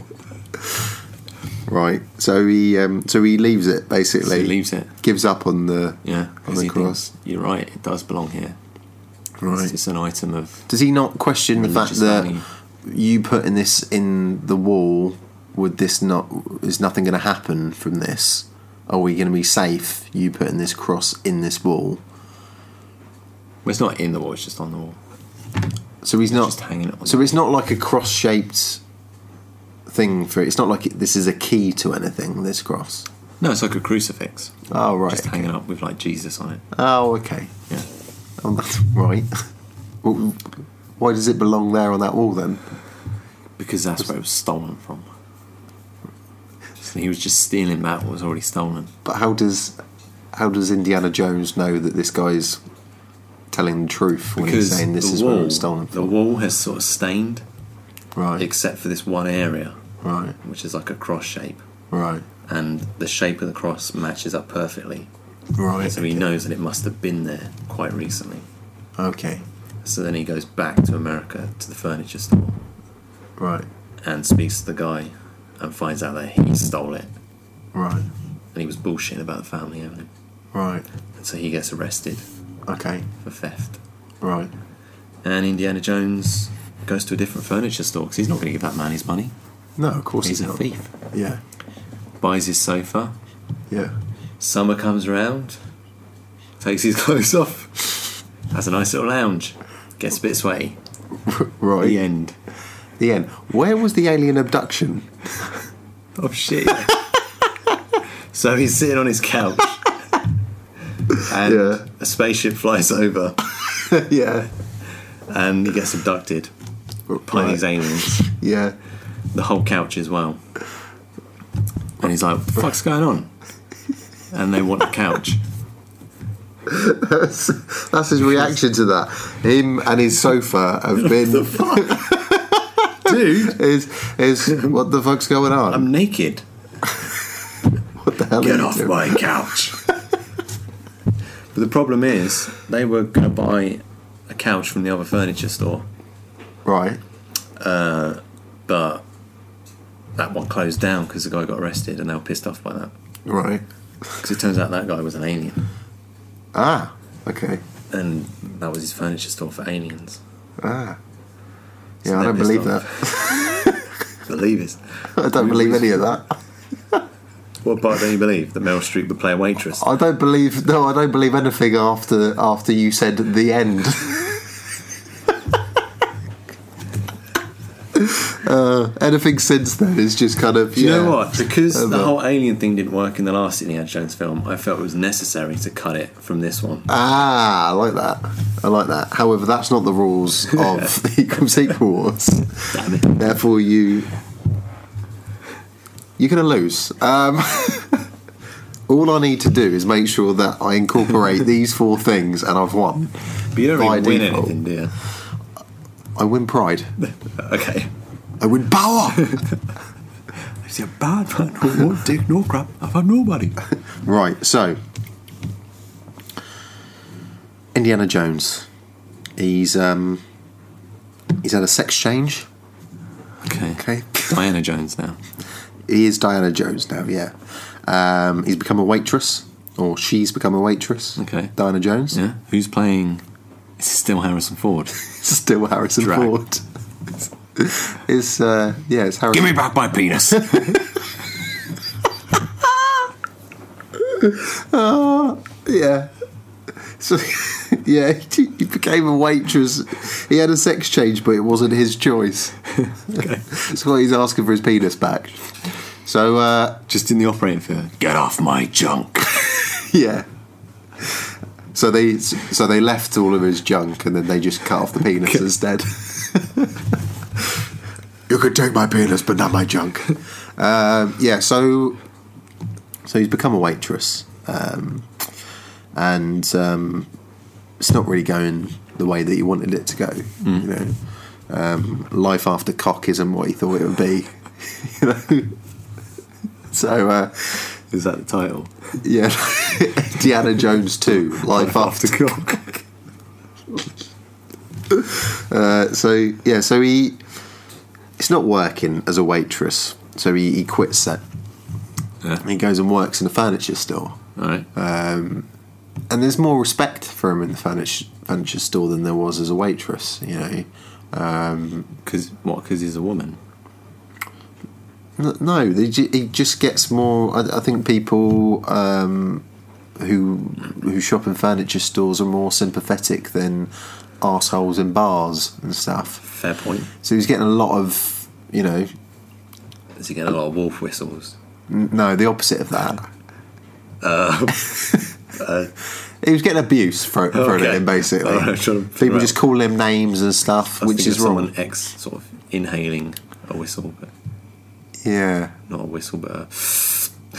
Speaker 1: Right. So he um, so he leaves it basically.
Speaker 2: So he leaves it.
Speaker 1: Gives up on the
Speaker 2: Yeah,
Speaker 1: on
Speaker 2: 'cause
Speaker 1: the
Speaker 2: he
Speaker 1: cross.
Speaker 2: thinks, You're right. It does belong here.
Speaker 1: Right.
Speaker 2: It's just an item of
Speaker 1: Does he not question the fact
Speaker 2: Religious
Speaker 1: that
Speaker 2: value.
Speaker 1: you putting this in the wall? Would this not? Is nothing going to happen from this? Are we going to be safe? You putting this cross in this wall?
Speaker 2: well, it's not in the wall. It's just on the wall.
Speaker 1: So he's not.
Speaker 2: just hanging it on
Speaker 1: so
Speaker 2: the
Speaker 1: it's not like a cross-shaped thing for. It's not like it, this is a key to anything. This cross.
Speaker 2: No, it's like a crucifix.
Speaker 1: Oh right.
Speaker 2: Just hanging up with like Jesus on it.
Speaker 1: Oh okay.
Speaker 2: Yeah.
Speaker 1: Oh, that's (laughs) right. Well, Why does it belong there on that wall then?
Speaker 2: Because that's where it was stolen from. And he was just stealing back what was already stolen.
Speaker 1: But how does how does Indiana Jones know that this guy's telling the truth when he's saying this
Speaker 2: the
Speaker 1: is where it was stolen
Speaker 2: The
Speaker 1: from?
Speaker 2: wall has sort of stained,
Speaker 1: Right,
Speaker 2: except for this one area,
Speaker 1: right,
Speaker 2: which is like a cross shape.
Speaker 1: right,
Speaker 2: And the shape of the cross matches up perfectly.
Speaker 1: right.
Speaker 2: So he knows that it must have been there quite recently.
Speaker 1: Okay,
Speaker 2: So then he goes back to America to the furniture store
Speaker 1: right,
Speaker 2: and speaks to the guy and finds out that he stole it
Speaker 1: right,
Speaker 2: and he was bullshitting about the family having it.
Speaker 1: right.
Speaker 2: And so he gets arrested
Speaker 1: Okay,
Speaker 2: for theft.
Speaker 1: right.
Speaker 2: And Indiana Jones goes to a different furniture store because he's not going to give that man his money.
Speaker 1: No, of course
Speaker 2: He's
Speaker 1: he's,
Speaker 2: a
Speaker 1: not.
Speaker 2: thief.
Speaker 1: Yeah,
Speaker 2: Buys his sofa.
Speaker 1: yeah.
Speaker 2: Summer comes around, takes his (laughs) clothes off, has a nice little lounge, gets a bit sweaty.
Speaker 1: Right.
Speaker 2: The end.
Speaker 1: The end. Where was the alien
Speaker 2: (laughs)
Speaker 1: abduction?
Speaker 2: Oh shit. (laughs) so he's sitting on his couch. And
Speaker 1: Yeah.
Speaker 2: a spaceship flies over
Speaker 1: yeah.
Speaker 2: and he gets abducted by
Speaker 1: Right.
Speaker 2: these aliens.
Speaker 1: Yeah.
Speaker 2: The whole couch as well. And he's like, what the fuck's going on? And they want the (laughs) couch.
Speaker 1: That's, that's his reaction to that. Him and his sofa have
Speaker 2: (laughs)
Speaker 1: been
Speaker 2: Dude,
Speaker 1: is is what the fuck's going on?
Speaker 2: I'm naked.
Speaker 1: what the hell? are
Speaker 2: Get
Speaker 1: you
Speaker 2: off
Speaker 1: doing?
Speaker 2: my (laughs) couch. but the problem is, they were going to buy a couch from the other furniture store,
Speaker 1: Right.
Speaker 2: but that one closed down because the guy got arrested and they were pissed off by that.
Speaker 1: Right.
Speaker 2: Because it turns out that guy was an alien
Speaker 1: Ah. Okay.
Speaker 2: and that was his furniture store for aliens.
Speaker 1: Ah. Yeah,
Speaker 2: So
Speaker 1: I don't
Speaker 2: they're
Speaker 1: believe
Speaker 2: pissed
Speaker 1: that. (laughs)
Speaker 2: Believe it.
Speaker 1: I don't believe any of that.
Speaker 2: What part don't you believe? That Meryl Streep would play a waitress?
Speaker 1: I don't believe no, I don't believe anything after after you said the end. (laughs) uh, anything since then is just kind of
Speaker 2: Do you
Speaker 1: yeah.
Speaker 2: know what? Because
Speaker 1: Uh,
Speaker 2: the
Speaker 1: but-
Speaker 2: whole alien thing didn't work in the last Indiana Jones film, I felt it was necessary to cut it from this one.
Speaker 1: Ah, I like that. I like that. However, that's not the rules
Speaker 2: (laughs)
Speaker 1: of the Equal Sequel Wars.
Speaker 2: Damn it.
Speaker 1: Therefore, you you're going to lose. Um, (laughs) all I need to do is make sure that I
Speaker 2: (laughs)
Speaker 1: incorporate these four things, and I've won.
Speaker 2: But you don't
Speaker 1: By
Speaker 2: really win
Speaker 1: default.
Speaker 2: anything, do you?
Speaker 1: I win pride.
Speaker 2: (laughs) Okay.
Speaker 1: I win
Speaker 2: (laughs)
Speaker 1: power.
Speaker 2: It's a bad man who won't take no crap. I've had nobody.
Speaker 1: right. So, Indiana Jones. He's um he's had a sex change.
Speaker 2: Okay.
Speaker 1: Okay.
Speaker 2: Diana Jones now.
Speaker 1: He is Diana Jones now, yeah. Um, he's become a waitress, or she's become a waitress.
Speaker 2: Okay.
Speaker 1: Diana Jones.
Speaker 2: Yeah. Who's playing? Is it still Harrison
Speaker 1: (laughs)
Speaker 2: Ford?
Speaker 1: Still Harrison
Speaker 2: Drag.
Speaker 1: Ford. (laughs) it's, uh, yeah, it's Harrison.
Speaker 2: back my penis.
Speaker 1: Yeah. So, (laughs) yeah, he became a waitress. He had a sex change, but it wasn't his
Speaker 2: (laughs)
Speaker 1: choice. (laughs) That's why he's asking for his penis back. So, uh,
Speaker 2: (laughs) Just in the operating theatre. Get off my junk.
Speaker 1: (laughs) yeah. So they so they left all of his junk and then they just cut off the penis instead. (laughs) you could take my penis, but not my junk. (laughs) Um, yeah. So so he's become a waitress, um, and um, it's not really going the way that he wanted it to go. You know, um, life after cock isn't what he thought it would be. (laughs) you know. (laughs) So. Uh,
Speaker 2: Is that the title?
Speaker 1: yeah, (laughs) Indiana Jones 2,
Speaker 2: (laughs)
Speaker 1: Life After Cock. uh, so, yeah, so he. It's not working as a waitress, so he, he quits that.
Speaker 2: Yeah.
Speaker 1: He goes and works in a furniture store.
Speaker 2: All right.
Speaker 1: And there's more respect for him in the furniture, furniture store than there was as a waitress, you know.
Speaker 2: Because what? Because he's a woman.
Speaker 1: N- No, they ju- he just gets more. I, I think people um, who who shop in furniture stores are more sympathetic than arseholes in bars and stuff.
Speaker 2: Fair point.
Speaker 1: So he's getting a lot of, you know,
Speaker 2: Does he get a lot of wolf whistles?
Speaker 1: n- no, the opposite of that.
Speaker 2: Uh, (laughs)
Speaker 1: he was getting abuse thrown thrown at
Speaker 2: Oh, Okay.
Speaker 1: him, basically.
Speaker 2: All right, I'm trying to figure
Speaker 1: people
Speaker 2: out-
Speaker 1: just call him names and stuff,
Speaker 2: I was
Speaker 1: which
Speaker 2: thinking
Speaker 1: is
Speaker 2: of
Speaker 1: wrong.
Speaker 2: Someone ex sort of inhaling a whistle, but
Speaker 1: Yeah.
Speaker 2: Not a whistle, but a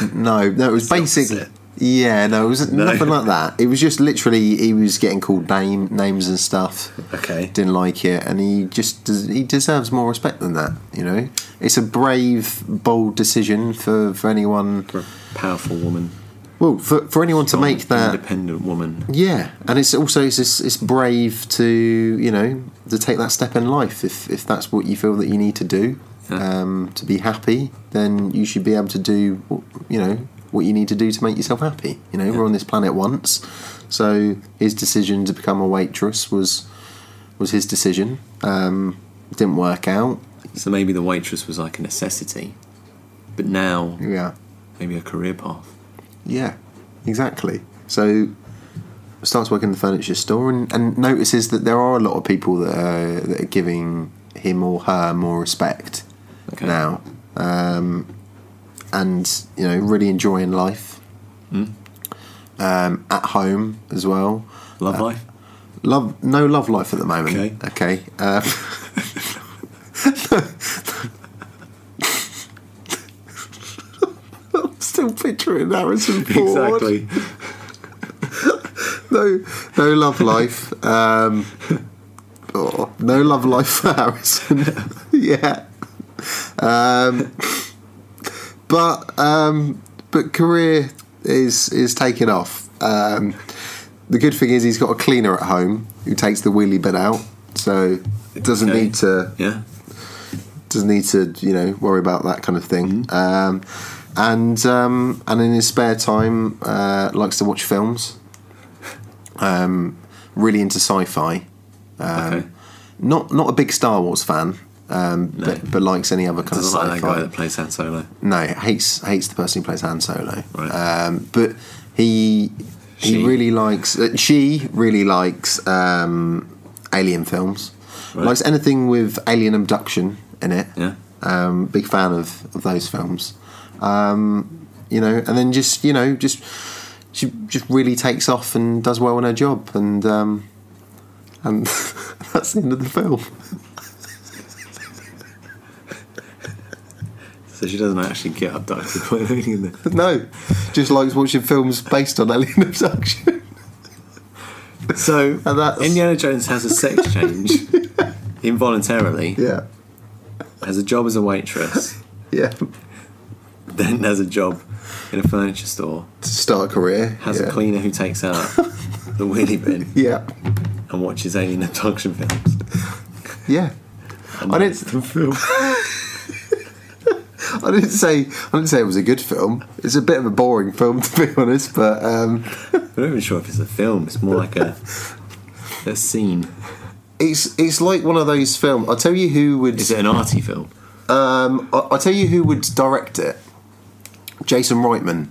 Speaker 2: (laughs)
Speaker 1: No, no, it was basically.
Speaker 2: opposite.
Speaker 1: Yeah, no, it was
Speaker 2: No.
Speaker 1: nothing like that. It was just literally he was getting called name names and stuff.
Speaker 2: Okay.
Speaker 1: didn't like it, and he just des- he deserves more respect than that. You know, it's a brave, bold decision for for anyone.
Speaker 2: for a powerful woman.
Speaker 1: Well, for for anyone to make that
Speaker 2: Independent woman.
Speaker 1: Yeah, and it's also it's just, it's brave to you know to take that step in life if if that's what you feel that you need to do
Speaker 2: Yeah.
Speaker 1: um, to be happy. Then you should be able to do what- you know what you need to do to make yourself happy. You know, we're on this planet once, so his decision to become a waitress was was his decision. Um, it didn't work out.
Speaker 2: So maybe the waitress was like a necessity. But now,
Speaker 1: Yeah,
Speaker 2: maybe a career path.
Speaker 1: yeah, exactly. So starts working in the furniture store and, and notices that there are a lot of people that are, that are giving him or her more respect
Speaker 2: Okay.
Speaker 1: now, um, and you know really enjoying life
Speaker 2: Hmm.
Speaker 1: um, at home as well.
Speaker 2: Love life?
Speaker 1: Love no love life at the moment.
Speaker 2: Okay.
Speaker 1: okay. Uh, (laughs) I'm still picturing Harrison Ford
Speaker 2: Exactly.
Speaker 1: no, no love life. Um, oh, no love life for Harrison. (laughs) yeah. Um, but um, but career is is taking off. Um, the good thing is he's got a cleaner at home who takes the wheelie bin out, so doesn't
Speaker 2: Okay.
Speaker 1: need to
Speaker 2: Yeah.
Speaker 1: doesn't need to you know worry about that kind of thing.
Speaker 2: Mm-hmm.
Speaker 1: Um, and um, and in his spare time, uh, likes to watch films. Um, really into sci-fi.
Speaker 2: okay.
Speaker 1: Not not a big Star Wars fan, um, but, but likes any other kind of
Speaker 2: Doesn't like that
Speaker 1: sci-fi.
Speaker 2: guy that plays Han Solo.
Speaker 1: No, hates hates the person who plays Han Solo.
Speaker 2: Right.
Speaker 1: Um, but he he
Speaker 2: She.
Speaker 1: really likes. Uh, she really likes um, alien films.
Speaker 2: Right.
Speaker 1: Likes anything with alien abduction in it.
Speaker 2: Yeah.
Speaker 1: Um, big fan of, of those films. Um, you know, and then just you know just she just really takes off and does well in her job, and um, and (laughs) that's the end of the film. (laughs)
Speaker 2: So she doesn't actually get abducted by (laughs) an alien then.
Speaker 1: no, just likes watching films based on alien abduction. (laughs)
Speaker 2: So
Speaker 1: And that's-
Speaker 2: Indiana Jones has a sex change (laughs) involuntarily,
Speaker 1: yeah.
Speaker 2: has a job as a waitress, (laughs)
Speaker 1: Yeah.
Speaker 2: then has a job in a furniture store,
Speaker 1: To start a career.
Speaker 2: has
Speaker 1: yeah.
Speaker 2: a cleaner who takes out the wheelie bin
Speaker 1: Yeah.
Speaker 2: and watches alien abduction films.
Speaker 1: Yeah. I didn't-
Speaker 2: the film.
Speaker 1: I didn't say I didn't say it was a good film. It's a bit of a boring film (laughs) to be honest, but um,
Speaker 2: I'm not even sure if it's a film. It's more like a a scene.
Speaker 1: it's it's like one of those films. I'll tell you who would
Speaker 2: Is it an arty film?
Speaker 1: um, I- I'll tell you who would direct it. Jason Reitman.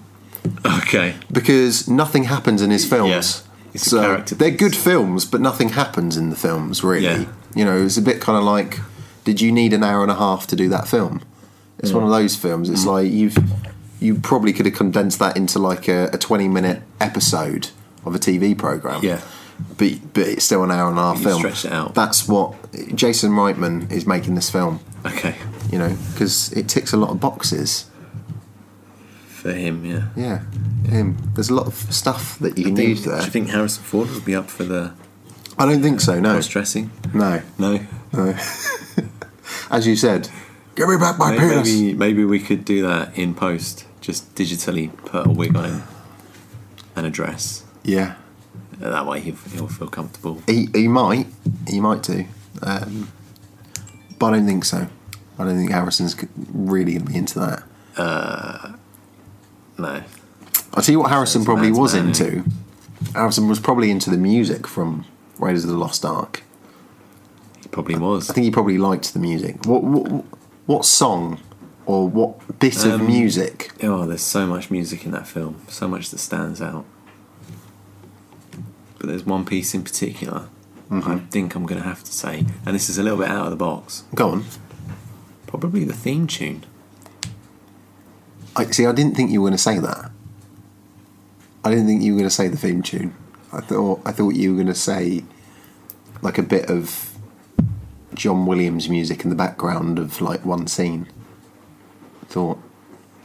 Speaker 2: Okay.
Speaker 1: because nothing happens in his films.
Speaker 2: Yeah. It's a
Speaker 1: so
Speaker 2: character
Speaker 1: they're
Speaker 2: piece.
Speaker 1: good films, but nothing happens in the films really.
Speaker 2: Yeah.
Speaker 1: You know, it's a bit kind of like, did you need an hour and a half to do that film? It's one of those films. It's
Speaker 2: Mm.
Speaker 1: like you've you probably could have condensed that into like a, a twenty minute episode of a TV program.
Speaker 2: Yeah.
Speaker 1: But, but it's still an hour and a half
Speaker 2: You
Speaker 1: film.
Speaker 2: stretch it out.
Speaker 1: That's what Jason Reitman is making this film,
Speaker 2: Okay.
Speaker 1: you know, because it ticks a lot of boxes.
Speaker 2: For him, yeah.
Speaker 1: Yeah, him. There's a lot of stuff that you
Speaker 2: Do
Speaker 1: can
Speaker 2: you,
Speaker 1: use
Speaker 2: do
Speaker 1: there.
Speaker 2: you think Harrison Ford would be up for the
Speaker 1: I don't think so. No,
Speaker 2: cross dressing?
Speaker 1: no. (laughs)
Speaker 2: No.
Speaker 1: As you said, give me back my
Speaker 2: May-
Speaker 1: penis.
Speaker 2: Maybe, maybe we could do that in post. Just digitally put a wig on him and a dress.
Speaker 1: Yeah,
Speaker 2: That way he'll, he'll feel comfortable.
Speaker 1: he, he might, he might do, um, but I don't think so. I don't think Harrison's g- really going to be into that.
Speaker 2: No.
Speaker 1: I'll tell you what Harrison
Speaker 2: It's
Speaker 1: probably
Speaker 2: man's
Speaker 1: was
Speaker 2: man,
Speaker 1: into. Harrison was probably into the music from Raiders of the Lost Ark.
Speaker 2: He probably was.
Speaker 1: I think he probably liked the music. What what, what song or what bit
Speaker 2: Um,
Speaker 1: of music?
Speaker 2: Oh, there's so much music in that film. So much that stands out. But there's one piece in particular I think I'm going to have to say, and this is a little bit out of the box.
Speaker 1: Go on.
Speaker 2: Probably the theme tune.
Speaker 1: I see. I didn't think you were going to say that. I didn't think you were going to say the theme tune. I thought I thought you were going to say like a bit of John Williams music in the background of like one scene. thought,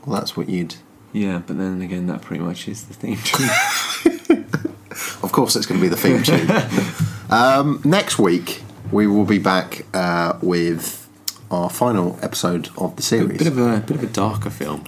Speaker 1: well, that's what you'd.
Speaker 2: Yeah, but then again, that pretty much is the theme tune.
Speaker 1: Of course, it's going to be the theme
Speaker 2: (laughs)
Speaker 1: tune. um, next week, we will be back uh, with our final episode of the series.
Speaker 2: (laughs) bit of a bit of a darker film,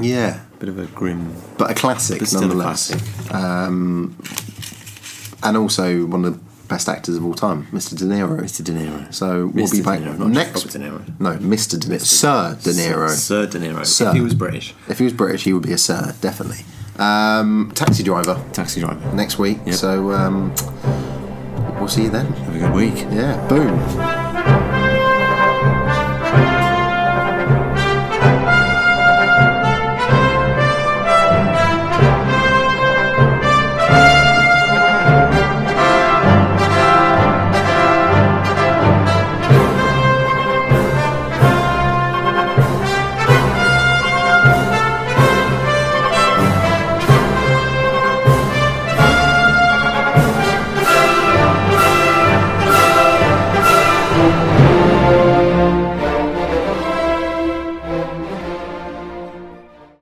Speaker 1: yeah,
Speaker 2: bit of a grim,
Speaker 1: but a classic
Speaker 2: but still a
Speaker 1: nonetheless.
Speaker 2: classic.
Speaker 1: And also one of the best actors of all time, Mr. De Niro.
Speaker 2: Mr. De Niro.
Speaker 1: So we'll
Speaker 2: Mr.
Speaker 1: be
Speaker 2: De
Speaker 1: back
Speaker 2: Niro, not
Speaker 1: next.
Speaker 2: just Robert De Niro.
Speaker 1: No, Mr. De Niro. Sir De Niro.
Speaker 2: Sir De Niro.
Speaker 1: Sir.
Speaker 2: If he was British.
Speaker 1: If he was British, he would be a sir, definitely. Um, taxi driver
Speaker 2: Taxi driver.
Speaker 1: next week.
Speaker 2: Yep.
Speaker 1: So um, we'll see you then.
Speaker 2: Have a good week.
Speaker 1: Yeah, boom.